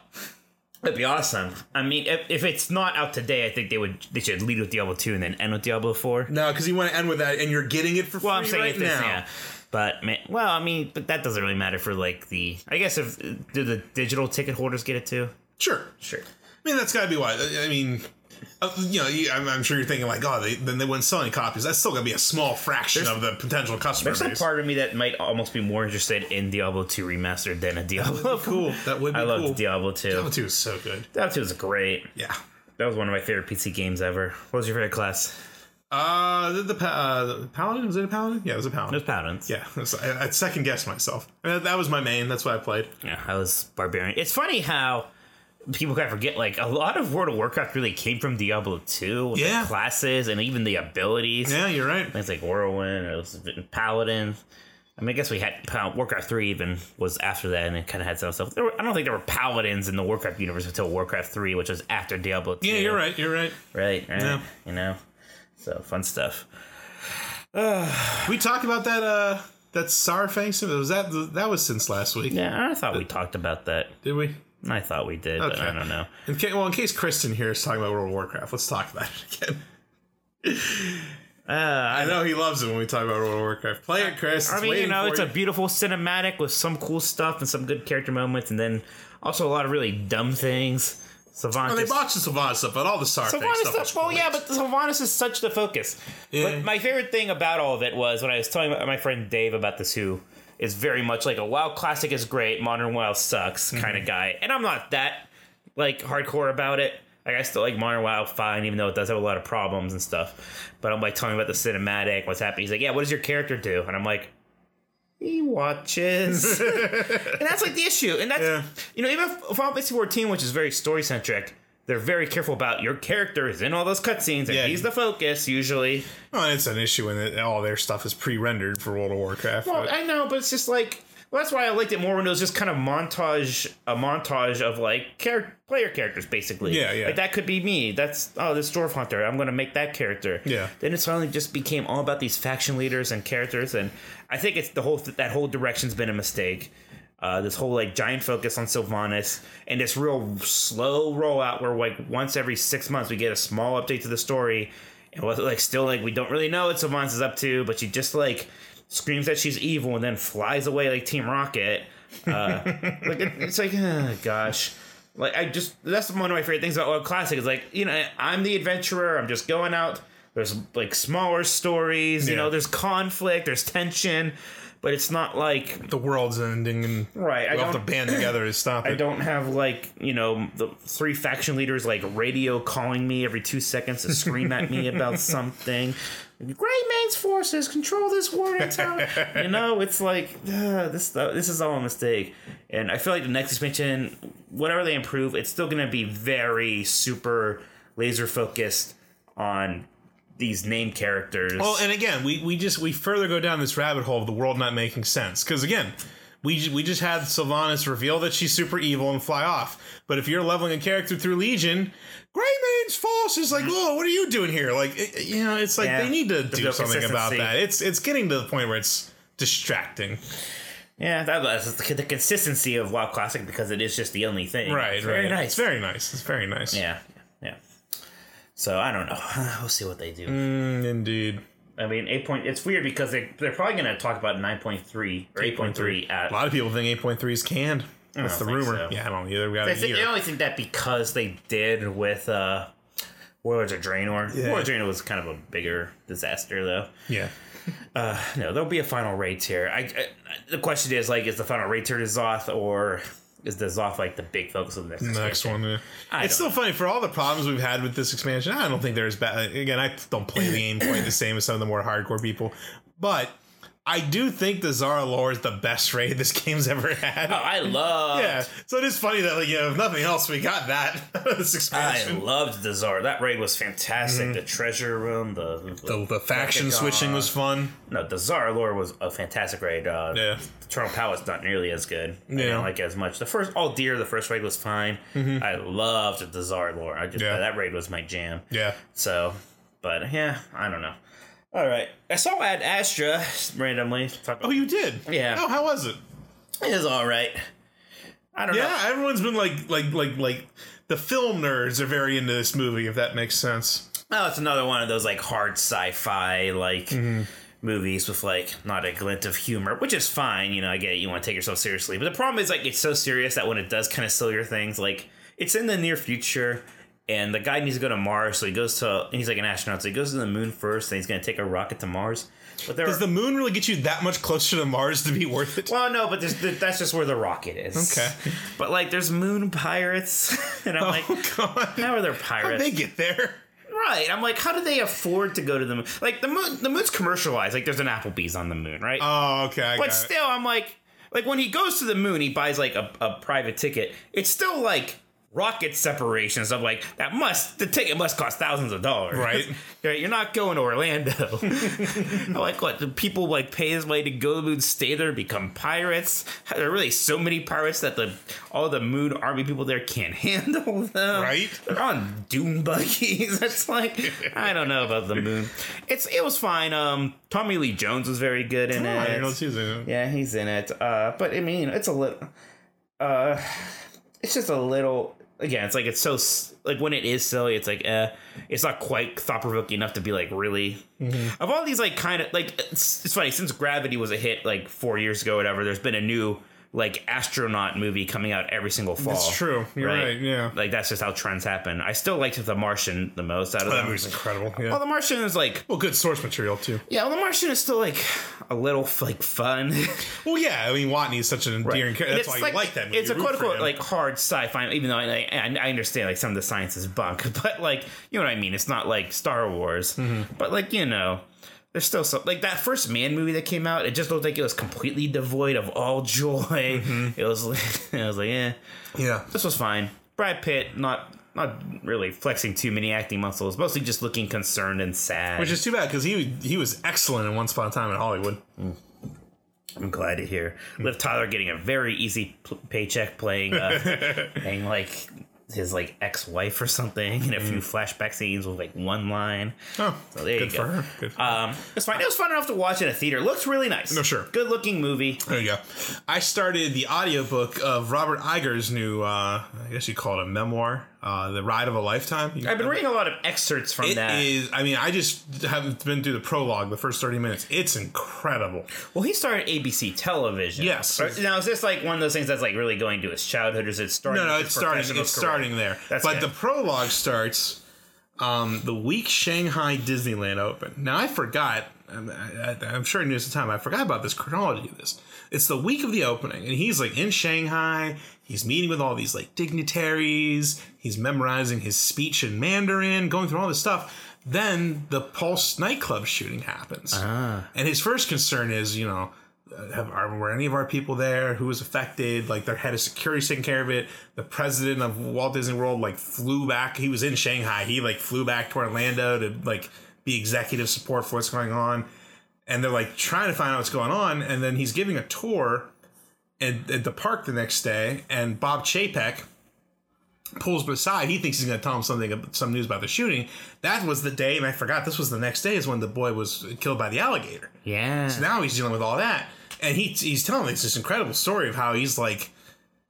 Speaker 2: that'd be awesome. I mean, if, if it's not out today, I think they would they should lead with Diablo two and then end with Diablo four.
Speaker 1: no, because you want to end with that, and you're getting it for
Speaker 2: Well, I'm
Speaker 1: free
Speaker 2: saying
Speaker 1: right
Speaker 2: if this,
Speaker 1: now.
Speaker 2: yeah. But man, well, I mean, but that doesn't really matter for like the. I guess if do the digital ticket holders get it too?
Speaker 1: Sure.
Speaker 2: Sure.
Speaker 1: I mean, that's got to be why. I mean, uh, you know, you, I'm, I'm sure you're thinking like, oh, they, then they wouldn't sell any copies. That's still going to be a small fraction of the potential customer
Speaker 2: There's some
Speaker 1: base.
Speaker 2: part of me that might almost be more interested in Diablo two remastered than a Diablo.
Speaker 1: cool. That would be
Speaker 2: I loved
Speaker 1: cool.
Speaker 2: Diablo
Speaker 1: Diablo
Speaker 2: two.
Speaker 1: 2 is so good.
Speaker 2: Diablo two was great.
Speaker 1: Yeah.
Speaker 2: That was one of my favorite PC games ever. What was your favorite class?
Speaker 1: Uh, the, the, pa- uh, the paladin was it a paladin? Yeah, it was a paladin.
Speaker 2: It was Paladins.
Speaker 1: yeah, it was- I, I second guessed myself. I mean, that was my main. That's what I played.
Speaker 2: Yeah, I was barbarian. It's funny how people kind of forget like a lot of World of Warcraft really came from Diablo 2 with
Speaker 1: Yeah.
Speaker 2: the classes and even the abilities.
Speaker 1: Yeah, you're right.
Speaker 2: Things like Whirlwind or those Paladin. I mean, I guess we had Pal- Warcraft 3 even was after that and it kind of had some stuff. There were, I don't think there were Paladins in the Warcraft universe until Warcraft 3, which was after Diablo 2.
Speaker 1: Yeah, you're right. You're right.
Speaker 2: Right, right.
Speaker 1: Yeah.
Speaker 2: You know? So fun stuff.
Speaker 1: We talked about that. Uh, that Sarfang. Was that that was since last week?
Speaker 2: Yeah, I thought we talked about that.
Speaker 1: Did we?
Speaker 2: I thought we did, but
Speaker 1: Okay.
Speaker 2: I don't know.
Speaker 1: In ca- well, in case Kristen here is talking about World of Warcraft, let's talk about it again.
Speaker 2: Uh,
Speaker 1: I know he loves it when we talk about World of Warcraft. Play it, Chris. It's
Speaker 2: I mean, you
Speaker 1: waiting
Speaker 2: know,
Speaker 1: for
Speaker 2: it's a beautiful cinematic with some cool stuff and some good character moments, and then also a lot of really dumb things. Savant.
Speaker 1: Well, they botched the Savant stuff, but all the Sarfang stuff.
Speaker 2: Oh, Sylvanas,
Speaker 1: was
Speaker 2: stuff, well,
Speaker 1: great.
Speaker 2: yeah, but the Sylvanas is such the focus.
Speaker 1: Yeah.
Speaker 2: But my favorite thing about all of it was when I was telling my friend Dave about this, who is very much like a WoW classic is great, modern WoW sucks kind of guy, and I'm not that like hardcore about it. Like I still like modern WoW fine, even though it does have a lot of problems and stuff. But I'm like telling him about the cinematic, what's happening. He's like, "Yeah, what does your character do?" And I'm like. He watches, and that's like the issue. And that's
Speaker 1: Yeah.
Speaker 2: you know, even if Final Fantasy 14, which is very story centric, they're very careful about your character is in all those cutscenes and
Speaker 1: Yeah.
Speaker 2: he's the focus usually.
Speaker 1: Well, it's an issue when it, all their stuff is pre-rendered for World of Warcraft.
Speaker 2: Well,
Speaker 1: but-
Speaker 2: I know, but it's just like well, that's why I liked it more when it was just kind of montage, a montage of like char- player characters, basically.
Speaker 1: Yeah, yeah.
Speaker 2: Like that could be me. That's oh, this dwarf hunter. I'm gonna make that character.
Speaker 1: Yeah.
Speaker 2: Then it suddenly just became all about these faction leaders and characters, and I think it's the whole that whole direction's been a mistake. Uh, this whole like giant focus on Sylvanas and this real slow rollout where like once every six months we get a small update to the story, and was like still like we don't really know what Sylvanas is up to, but she just like screams that she's evil and then flies away like Team Rocket. Uh, like it- it's like oh, gosh. Like I just that's one of my favorite things about Web Classic is like you know I'm the adventurer. I'm just going out. There's like smaller stories. You
Speaker 1: Yeah.
Speaker 2: know, there's conflict. There's tension, but it's not like
Speaker 1: the world's ending, and
Speaker 2: right. I
Speaker 1: we have to
Speaker 2: don't.
Speaker 1: band together to stop it.
Speaker 2: I don't have like you know the three faction leaders like radio calling me every two seconds to scream at me about something. Great Maine's forces control this warning tower. you know, it's like uh, this. this is all a mistake, and I feel like the next expansion, whatever they improve, it's still going to be very super laser focused on these name characters.
Speaker 1: Well, Oh, and again, we, we just we further go down this rabbit hole of the world not making sense because again, we ju- we just had Sylvanas reveal that she's super evil and fly off. But if you're leveling a character through Legion, Grey Mane's false is like, whoa, what are you doing here? Like, it- it- you know, it's like
Speaker 2: Mm-hmm. Yeah.
Speaker 1: they need to do
Speaker 2: no
Speaker 1: something about
Speaker 2: consistency.
Speaker 1: that. It's it's getting to the point where it's distracting.
Speaker 2: yeah, that was the, the consistency of WoW Classic because it is just the only thing.
Speaker 1: Right,
Speaker 2: It's very
Speaker 1: right.
Speaker 2: nice.
Speaker 1: It's very nice. It's very nice.
Speaker 2: Yeah, yeah. So I don't know. We'll see what they do.
Speaker 1: Mm, indeed.
Speaker 2: I mean, eight point. It's weird because they they're probably going to talk about nine point three or eight point three
Speaker 1: A
Speaker 2: at.
Speaker 1: lot of people think 8.3 is canned. That's the
Speaker 2: think
Speaker 1: rumor.
Speaker 2: so.
Speaker 1: Yeah, I don't either. We got
Speaker 2: I
Speaker 1: a
Speaker 2: think they
Speaker 1: year.
Speaker 2: only think that because they did with uh, Warlords of Draenor.
Speaker 1: Yeah.
Speaker 2: Warlords of Draenor was kind of a bigger disaster, though.
Speaker 1: Yeah.
Speaker 2: No, there'll be a final raid tier. I, I the question is like, is the final raid tier to Zoth or is the Zoth like the big focus of the next?
Speaker 1: The next
Speaker 2: expansion?
Speaker 1: one. yeah.
Speaker 2: I
Speaker 1: It's
Speaker 2: don't
Speaker 1: still funny for all the problems we've had with this expansion. I don't think there's bad. Again, I don't play the game quite the same as some of the more hardcore people, but I do think the Zara lore is the best raid this game's ever had.
Speaker 2: Oh, I love.
Speaker 1: yeah, so it is funny that like you know, if nothing else, we got that out of this
Speaker 2: I
Speaker 1: expansion.
Speaker 2: loved the Czar. That raid was fantastic. The treasure room, the
Speaker 1: Mm-hmm. the, the faction
Speaker 2: Decagon.
Speaker 1: switching was fun.
Speaker 2: No, the Czar lore was a fantastic raid. Uh,
Speaker 1: Yeah.
Speaker 2: Eternal Palace not nearly as good. I
Speaker 1: Yeah. Mm-hmm.
Speaker 2: didn't like it as much. The first all deer, the first raid was fine. I loved the Czar lore. I just
Speaker 1: Yeah.
Speaker 2: that raid was my jam.
Speaker 1: Yeah,
Speaker 2: So, but yeah, I don't know. All right, I saw Ad Astra randomly. Talk about,
Speaker 1: oh, you did.
Speaker 2: Yeah.
Speaker 1: Oh, how was it?
Speaker 2: it is all right. I don't know.
Speaker 1: Yeah, everyone's been like like like like the film nerds are very into this movie. If that makes sense.
Speaker 2: Oh, it's another one of those like hard sci-fi like
Speaker 1: Mm-hmm.
Speaker 2: movies with like not a glint of humor, which is fine. You know, I get it. You want to take yourself seriously, but the problem is like it's so serious that when it does kind of sillier things, like it's in the near future, and the guy needs to go to Mars, so he goes to and he's like an astronaut, so he goes to the moon first, and he's gonna take a rocket to Mars. But there,
Speaker 1: Does the moon really get you that much closer to Mars to be worth it?
Speaker 2: well, no, but there's, that's just where the rocket is.
Speaker 1: Okay.
Speaker 2: but like there's moon pirates, and I'm like,
Speaker 1: God.
Speaker 2: how are there pirates?
Speaker 1: They get there.
Speaker 2: Right. I'm like, how do they afford to go to the moon? Like the moon, the moon's commercialized. Like there's an Applebee's on the moon, right?
Speaker 1: Oh, okay. I
Speaker 2: but
Speaker 1: got it.
Speaker 2: still, I'm like, like when he goes to the moon, he buys like a, a private ticket. It's still like rocket separation stuff. Like that must the ticket must cost thousands of dollars,
Speaker 1: Right.
Speaker 2: right? You're not going to Orlando. I'm like what? Do people like pay his way to go to the moon, stay there, become pirates? There are really so many pirates that the all the moon army people there can't handle them.
Speaker 1: Right.
Speaker 2: They're on dune buggies. That's like I don't know about the moon. It's it was fine. Um, Tommy Lee Jones was very good in
Speaker 1: Oh, I
Speaker 2: it.
Speaker 1: didn't know this either.
Speaker 2: Yeah, he's in it. Uh, but I mean, it's a little. Uh, it's just a little. again, it's like it's so s- like when it is silly, it's like uh, it's not quite thought provoking enough to be like really.
Speaker 1: Mm-hmm.
Speaker 2: Of all these like kind of like it's, it's funny since Gravity was a hit like four years ago, whatever. There's been a new like astronaut movie coming out every single fall.
Speaker 1: That's true. You're right, yeah.
Speaker 2: like that's just how trends happen. I still liked The Martian the most out of
Speaker 1: Oh, That
Speaker 2: them.
Speaker 1: movie's incredible. Yeah.
Speaker 2: Well,
Speaker 1: Well,
Speaker 2: The Martian is like
Speaker 1: good source material too.
Speaker 2: yeah, well, The Martian is still like a little like fun.
Speaker 1: Well, yeah. I mean, Watney is such an endearing character.
Speaker 2: And
Speaker 1: That's why you like that movie.
Speaker 2: It's a
Speaker 1: You root
Speaker 2: quote
Speaker 1: for
Speaker 2: unquote
Speaker 1: him.
Speaker 2: like hard sci-fi, even though I, I I understand like some of the science is bunk, but like you know what I mean. It's not like Star Wars,
Speaker 1: Mm-hmm.
Speaker 2: but like you know. There's still some like that first man movie that came out. It just looked like it was completely devoid of all joy.
Speaker 1: Mm-hmm.
Speaker 2: It was, like- I was like, eh,
Speaker 1: yeah.
Speaker 2: this was fine. Brad Pitt not not really flexing too many acting muscles, mostly just looking concerned and sad.
Speaker 1: Which is too bad because he he was excellent in Once Upon a Time in Hollywood.
Speaker 2: I'm glad to hear. Liv Tyler getting a very easy p- paycheck playing, uh, playing like his like ex-wife or something in a few flashback scenes with like one line.
Speaker 1: Mm. Oh,
Speaker 2: So there
Speaker 1: good
Speaker 2: you go.
Speaker 1: for her. Good.
Speaker 2: Um, it's fine. It was fun enough to watch in a theater. Looks really nice.
Speaker 1: No, sure.
Speaker 2: Good looking movie.
Speaker 1: There you go. I started the audiobook of Robert Iger's new, uh, I guess you call it a memoir, uh, The Ride of a Lifetime. You-
Speaker 2: I've been reading a lot of excerpts from
Speaker 1: It
Speaker 2: that.
Speaker 1: is- I mean, I just haven't been through the prologue, the first 30 minutes. It's incredible.
Speaker 2: well, he started ABC Television.
Speaker 1: Yes.
Speaker 2: Or- Now is this like one of those things that's like really going to his childhood, or is it starting?
Speaker 1: No, no,
Speaker 2: with his
Speaker 1: it's starting. It's
Speaker 2: professional career?
Speaker 1: starting there.
Speaker 2: That's
Speaker 1: but
Speaker 2: good.
Speaker 1: the prologue starts um, the week Shanghai Disneyland opened. Now I forgot. I'm, I, I- I'm sure I knew this at the time. I forgot about this chronology of this. It's the week of the opening, and he's like in Shanghai. He's meeting with all these like dignitaries. He's memorizing his speech in Mandarin, going through all this stuff. Then the Pulse nightclub shooting happens,
Speaker 2: Ah.
Speaker 1: and his first concern is, you know, have are, were any of our people there who was affected like their head of security taking care of it the president of walt disney world like flew back he was in shanghai he like flew back to orlando to like be executive support for what's going on and they're like trying to find out what's going on and then he's giving a tour at, at the park the next day and bob chapek pulls him aside he thinks he's going to tell him something some news about the shooting that was the day and i forgot this was the next day is when the boy was killed by the alligator
Speaker 2: Yeah.
Speaker 1: now he's dealing with all that, and he he's telling me it's this incredible story of how he's like,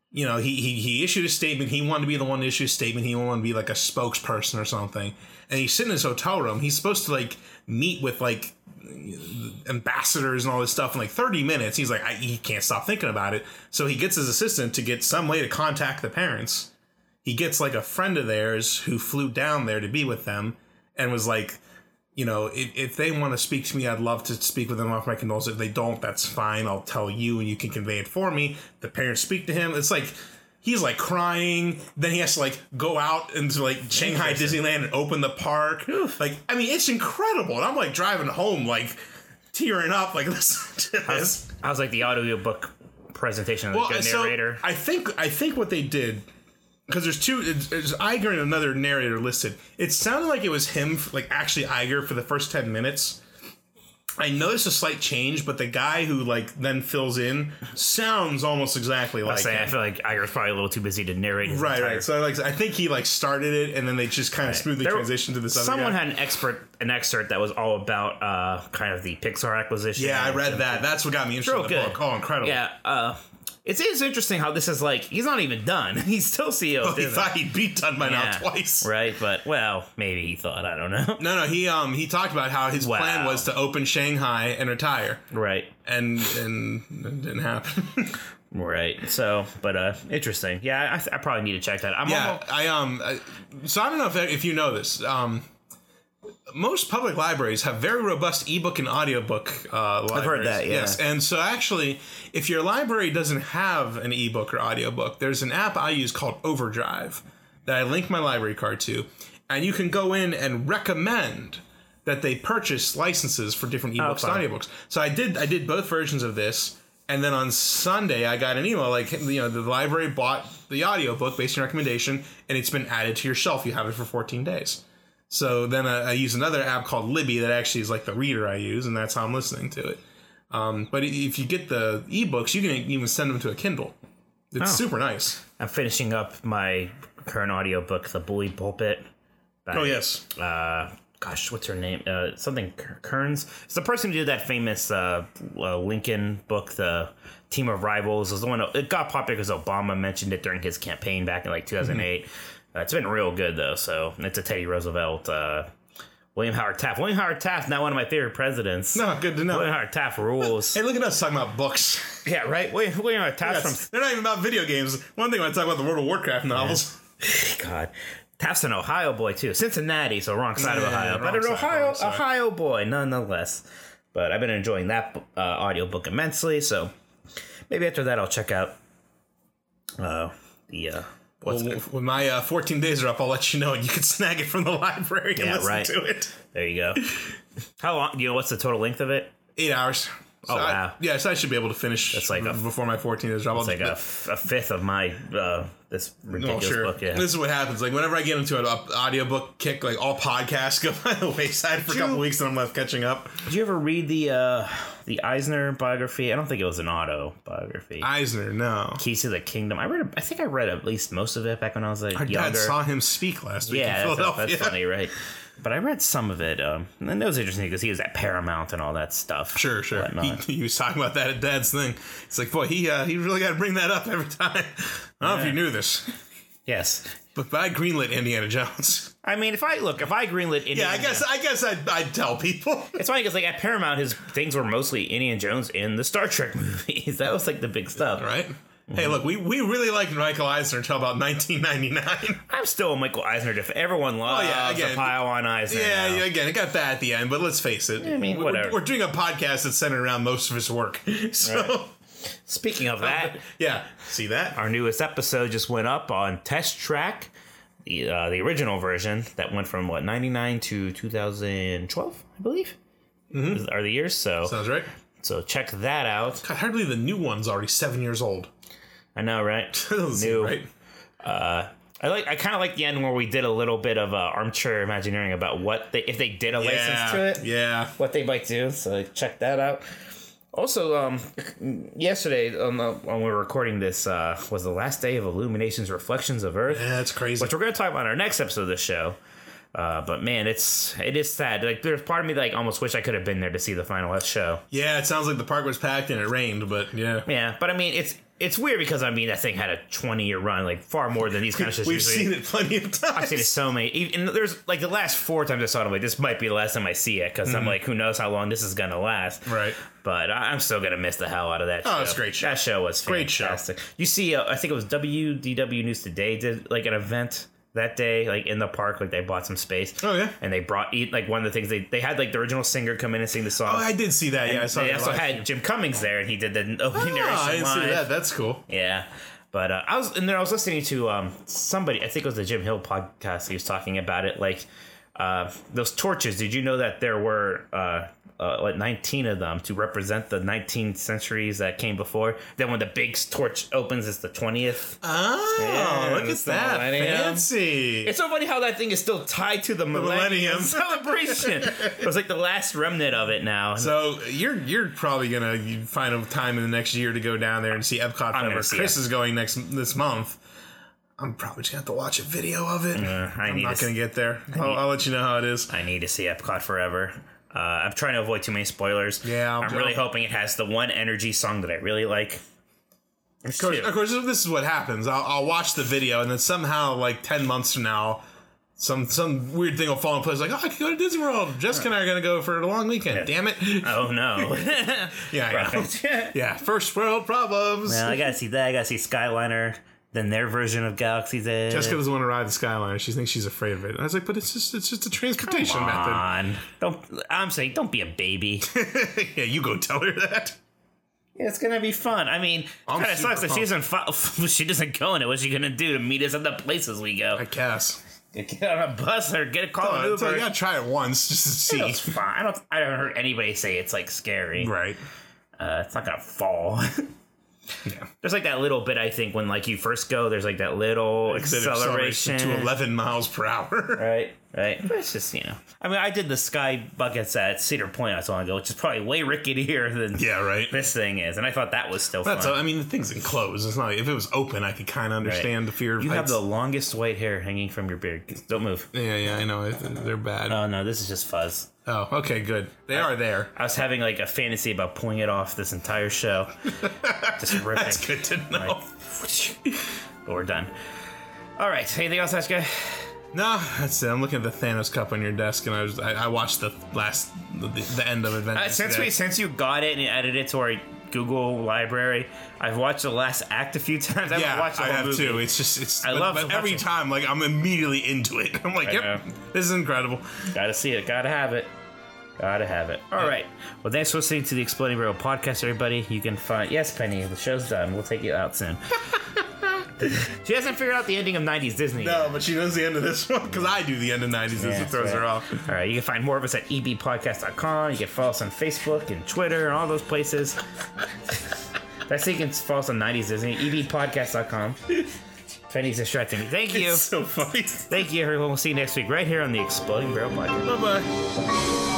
Speaker 1: you know, he he, he issued a statement. He wanted to be the one to issue a statement. He wanted to be like a spokesperson or something. And he's sitting in his hotel room. He's supposed to like meet with like ambassadors and all this stuff in like 30 minutes. He's like, I, he can't stop thinking about it. So he gets his assistant to get some way to contact the parents. He gets like a friend of theirs who flew down there to be with them and was like, you know, if, if they want to speak to me, I'd love to speak with them off my condolences. If they don't, that's fine. I'll tell you and you can convey it for me. The parents speak to him. It's like he's like crying. Then he has to like go out into like Shanghai Disneyland and open the park. Like, I mean, it's incredible. And I'm like driving home, like tearing up, like listening to this.
Speaker 2: I was like the audiobook presentation of the good
Speaker 1: so
Speaker 2: narrator.
Speaker 1: I think I think what they did because there's two. There's there's Iger and another narrator listed. It sounded like it was him, like actually Iger for the first ten minutes. I noticed a slight change, but the guy who like then fills in sounds almost exactly like
Speaker 2: Say, I
Speaker 1: him.
Speaker 2: feel like Iger's probably a little too busy to narrate. His
Speaker 1: Right,
Speaker 2: entire
Speaker 1: right. So like, I think he like started it, and then they just kind of smoothly
Speaker 2: There-
Speaker 1: transitioned to this. other
Speaker 2: Someone
Speaker 1: guy.
Speaker 2: had an expert an excerpt that was all about uh, kind of the Pixar acquisition.
Speaker 1: yeah, I read that. That's what got me interested.
Speaker 2: Real
Speaker 1: in the
Speaker 2: good.
Speaker 1: book. Oh, incredible!
Speaker 2: Yeah, uh, it's, it's interesting how this is like he's not even done. He's still E CEO. of
Speaker 1: he
Speaker 2: Disney.
Speaker 1: thought he'd be done by
Speaker 2: Yeah,
Speaker 1: now twice.
Speaker 2: right? But well, maybe he thought I don't know.
Speaker 1: No, no. He um he talked about how his
Speaker 2: Wow.
Speaker 1: plan was to open Shanghai and retire.
Speaker 2: right,
Speaker 1: and and it didn't happen.
Speaker 2: right. So, but uh, interesting. Yeah, I, I probably need to check that. I'm
Speaker 1: yeah,
Speaker 2: almost,
Speaker 1: I um. I, so I don't know if if you know this. Um, most public libraries have very robust ebook and audiobook. Uh, libraries. I've
Speaker 2: heard that, yeah.
Speaker 1: Yes, and so actually, if your library doesn't have an ebook or audiobook, there's an app I use called Overdrive that I link my library card to, and you can go in and recommend that they purchase licenses for different ebooks
Speaker 2: Oh, fun.
Speaker 1: and audiobooks. So I did I did both versions of this. And then on Sunday, I got an email like, you know, the library bought the audiobook based on your recommendation, and it's been added to your shelf. You have it for 14 days. So then I, I use another app called Libby that actually is like the reader I use, and that's how I'm listening to it. Um, but i- if you get the ebooks, you can even send them to a Kindle.
Speaker 2: Oh.
Speaker 1: It's super nice.
Speaker 2: I'm finishing up my current audiobook, The Bully Pulpit.
Speaker 1: Oh yes,
Speaker 2: uh, gosh, what's her name? Uh, something Ker- Kearns. It's the person who did that famous uh, uh, Lincoln book, the Team of Rivals. It was the one that- it got popular because Obama mentioned it during his campaign back in like 2008. Uh, it's been real good though. So it's a Teddy Roosevelt, uh, William Howard Taft. William Howard Taft, not one of my favorite presidents.
Speaker 1: No, good to know.
Speaker 2: William Howard Taft rules.
Speaker 1: Hey, look at us talking about books.
Speaker 2: yeah, right. William, William Howard Taft from
Speaker 1: That's- they're not even about video games. One thing when I talk about the World of Warcraft novels.
Speaker 2: God. Taft's an Ohio boy too. Cincinnati, so wrong side of
Speaker 1: Yeah,
Speaker 2: Ohio,
Speaker 1: wrong
Speaker 2: but an
Speaker 1: side,
Speaker 2: Ohio
Speaker 1: wrong side.
Speaker 2: Ohio boy nonetheless. But I've been enjoying that uh, audiobook immensely, so maybe after that I'll check out uh, the uh, what's
Speaker 1: Well, when my uh, 14 days are up, I'll let you know, and you can snag it from the library and
Speaker 2: Yeah,
Speaker 1: listen
Speaker 2: right.
Speaker 1: to it.
Speaker 2: there you go. How long? You know what's the total length of it?
Speaker 1: Eight hours. So
Speaker 2: Oh,
Speaker 1: I-
Speaker 2: wow.
Speaker 1: yeah, so I should be able to finish That's
Speaker 2: like
Speaker 1: like
Speaker 2: a-
Speaker 1: before my 14 days are up. I'll
Speaker 2: Like a, f- a fifth of my uh, this
Speaker 1: Well,
Speaker 2: ridiculous
Speaker 1: Oh, sure.
Speaker 2: book. Yeah.
Speaker 1: This is what happens. Like whenever I get into an up- audiobook kick, like all podcasts go by the wayside for a couple
Speaker 2: you-
Speaker 1: weeks, and I'm left catching up.
Speaker 2: Did you ever read the uh, the Eisner biography? I don't think it was an autobiography.
Speaker 1: Eisner, no.
Speaker 2: Keys to the Kingdom. I read. A, I think I read at least most of it back when I was like
Speaker 1: Our
Speaker 2: younger.
Speaker 1: dad saw him speak last week
Speaker 2: yeah,
Speaker 1: in
Speaker 2: that's, that's
Speaker 1: Philadelphia.
Speaker 2: funny, right? But I read some of it, um, and that was interesting because he was at Paramount and all that stuff.
Speaker 1: Sure, sure.
Speaker 2: Whatnot.
Speaker 1: He, he was talking about that at Dad's thing. It's like, boy, he uh, he really got to bring that up every time. I don't know if you knew this,
Speaker 2: Yes,
Speaker 1: but, but I greenlit Indiana Jones.
Speaker 2: I mean, if I look, if I greenlit, Indiana,
Speaker 1: Yeah, I guess I guess I'd, I'd tell people.
Speaker 2: it's funny because like at Paramount, his things were mostly Indiana Jones and the Star Trek movies. That was like the big stuff.
Speaker 1: Right? Hey,
Speaker 2: Mm-hmm.
Speaker 1: look, we, we really liked Michael Eisner until about 1999.
Speaker 2: I'm still a Michael Eisner. Def- everyone loves
Speaker 1: Oh, yeah,
Speaker 2: a
Speaker 1: again.
Speaker 2: pile on Eisner.
Speaker 1: Yeah,
Speaker 2: now.
Speaker 1: yeah, again, it got bad at the end, but let's face it.
Speaker 2: I mean,
Speaker 1: we're,
Speaker 2: whatever.
Speaker 1: We're, doing a podcast that's centered around most of his work. So,
Speaker 2: Speaking of that,
Speaker 1: yeah, see that?
Speaker 2: our newest episode just went up on Test Track, the uh, the original version that went from what 99 to 2012, I believe.
Speaker 1: Mm-hmm.
Speaker 2: Is- Are the years so, so
Speaker 1: Sounds right.
Speaker 2: check that out.
Speaker 1: God, I hardly the new one's already seven years old.
Speaker 2: I know, right?
Speaker 1: Doesn't seem
Speaker 2: New.
Speaker 1: right.
Speaker 2: I like. I kind of like the end where we did a little bit of uh, armchair imagineering about what they if they did a license to
Speaker 1: Yeah,
Speaker 2: it.
Speaker 1: yeah.
Speaker 2: what they might do. So check that out. Also, um, yesterday on the, when we were recording this uh, was the last day of Illumination's Reflections of Earth,
Speaker 1: Yeah, That's crazy.
Speaker 2: which we're going to talk about in our next episode of the show. Uh, but man, it's it is sad. Like there's part of me that like almost wish I could have been there to see the final show.
Speaker 1: Yeah, it sounds like the park was packed and it rained, but yeah.
Speaker 2: Yeah, but I mean it's it's weird because I mean that thing had a 20 year run, like far more than these kind of shows.
Speaker 1: We've
Speaker 2: usually-
Speaker 1: seen it plenty of times.
Speaker 2: I've seen it so many. Even and there's like the last four times I saw it, I'm like, this might be the last time I see it because I'm like, who knows how long this is gonna last.
Speaker 1: Mm-hmm. Right.
Speaker 2: But I- I'm still gonna miss the hell out of that.
Speaker 1: Oh,
Speaker 2: show.
Speaker 1: it's a great show.
Speaker 2: That show was
Speaker 1: Great show.
Speaker 2: fantastic. You see, uh, I think it was WDW News Today did like an event that day, like in the park, like they bought some space.
Speaker 1: Oh, yeah.
Speaker 2: And they brought eat like one of the things they they had like the original singer come in and sing the song.
Speaker 1: Oh, I did see that. Yeah, I saw
Speaker 2: they
Speaker 1: that.
Speaker 2: also
Speaker 1: live.
Speaker 2: had Jim Cummings there, and he did the opening
Speaker 1: Oh,
Speaker 2: narration
Speaker 1: I didn't
Speaker 2: live.
Speaker 1: see that. That's cool.
Speaker 2: Yeah. But uh, I was, and then I was listening to um, somebody, I think it was the Jim Hill podcast, he was talking about it. Like, uh, those torches, did you know that there were uh, uh, like 19 of them to represent the 19 centuries that came before? Then when the big torch opens, it's the 20th.
Speaker 1: Oh,
Speaker 2: Yeah,
Speaker 1: look at
Speaker 2: it's the
Speaker 1: that.
Speaker 2: millennium.
Speaker 1: Fancy.
Speaker 2: It's so funny how that thing is still tied to the millennium,
Speaker 1: millennium.
Speaker 2: celebration. it was like the last remnant of it now.
Speaker 1: So you're you're probably gonna you find a time in the next year to go down there and see Epcot
Speaker 2: gonna
Speaker 1: forever.
Speaker 2: see
Speaker 1: Chris
Speaker 2: it.
Speaker 1: is going next this month. I'm probably just gonna have to watch a video of it.
Speaker 2: I
Speaker 1: I'm
Speaker 2: need
Speaker 1: not
Speaker 2: to-
Speaker 1: gonna get there. I'll, I'll let you know how it is.
Speaker 2: I need to see Epcot forever. Uh, I'm trying to avoid too many spoilers.
Speaker 1: Yeah,
Speaker 2: I'm,
Speaker 1: I'll-
Speaker 2: really
Speaker 1: I'll-
Speaker 2: hoping it has the one energy song that I really like. There's
Speaker 1: Of course,
Speaker 2: two.
Speaker 1: of course, this is what happens. I'll, I'll watch the video and then somehow, like ten months from now, some some weird thing will fall in place. Like, oh, I could go to Disney World. Jessica and I are gonna go for a long weekend. Damn it!
Speaker 2: Oh no!
Speaker 1: Yeah, I know.
Speaker 2: yeah,
Speaker 1: yeah. First world problems.
Speaker 2: I gotta see that. I gotta see Skyliner, then their version of Galaxy's Edge.
Speaker 1: Jessica doesn't want to ride the Skyliner. She thinks she's afraid of it. And I was like, but it's just it's just a transportation
Speaker 2: Come
Speaker 1: method.
Speaker 2: on, don't. I'm saying, don't be a baby.
Speaker 1: yeah, you go tell her that.
Speaker 2: it's gonna be fun. I mean,
Speaker 1: I'm
Speaker 2: kind of
Speaker 1: super
Speaker 2: sucks that she doesn't. Fo- she doesn't go in it. What's she gonna do to meet us at the places we
Speaker 1: I
Speaker 2: go?
Speaker 1: guess.
Speaker 2: Get on a bus or get a call an
Speaker 1: Uh, so
Speaker 2: Uber.
Speaker 1: you gotta try it once just to see.
Speaker 2: It's fine. I don't. I haven't heard anybody say it's like scary.
Speaker 1: Right.
Speaker 2: Uh, it's not gonna fall.
Speaker 1: Yeah.
Speaker 2: There's like that little bit I think when like you first go, there's like that little
Speaker 1: Bit of
Speaker 2: acceleration,
Speaker 1: to 11 miles per hour.
Speaker 2: Right, right. But it's just you know, I mean, I did the sky buckets at Cedar Point not so long ago, which is probably way ricketier than
Speaker 1: yeah, right.
Speaker 2: this thing is, and I thought that was still
Speaker 1: That's.
Speaker 2: fun.
Speaker 1: I mean, the thing's enclosed. It's not. If it was open, I could kind of understand the fear of
Speaker 2: you have
Speaker 1: heights.
Speaker 2: the longest white hair hanging from your beard. Don't move.
Speaker 1: yeah, yeah, I know. It- They're bad.
Speaker 2: Oh no, this is just fuzz.
Speaker 1: oh, okay, good. They are there.
Speaker 2: I was having like a fantasy about pulling it off this entire show. Just ripping.
Speaker 1: That's good to know.
Speaker 2: But we're done. All right. Anything else, Ash guy?
Speaker 1: No, that's it. I'm looking at the Thanos cup on your desk, and I was I, I watched the last the, the end of Avengers.
Speaker 2: Uh, since
Speaker 1: today.
Speaker 2: we since you got it and added it to our Google library, I've watched the last act a few times. I haven't
Speaker 1: yeah,
Speaker 2: watched the
Speaker 1: I
Speaker 2: whole
Speaker 1: have
Speaker 2: movie.
Speaker 1: too. It's just it's.
Speaker 2: I
Speaker 1: but-
Speaker 2: love
Speaker 1: but every
Speaker 2: watching-
Speaker 1: time. Like I'm immediately into it. I'm like,
Speaker 2: I
Speaker 1: yep,
Speaker 2: know.
Speaker 1: this is incredible.
Speaker 2: Gotta see it. Gotta have it. Gotta have it. All right. Well, thanks for listening to the Exploding Barrel podcast, everybody. You can find yes, Penny. The show's done. We'll take you out soon. she hasn't figured out the ending of '90s Disney. yet.
Speaker 1: No, but she knows the end of this one because I do the end of '90s.
Speaker 2: Yeah,
Speaker 1: this throws
Speaker 2: that's
Speaker 1: her
Speaker 2: right.
Speaker 1: off.
Speaker 2: All right, you can find more of us at ebpodcast.com. You can follow us on Facebook and Twitter and all those places. That's so you can follow us on 90s Disney, ebpodcast.com. Penny's distracting me. Thank you.
Speaker 1: It's so funny.
Speaker 2: Thank you, everyone. We'll see you next week right here on the Exploding Barrel Podcast.
Speaker 1: bye bye.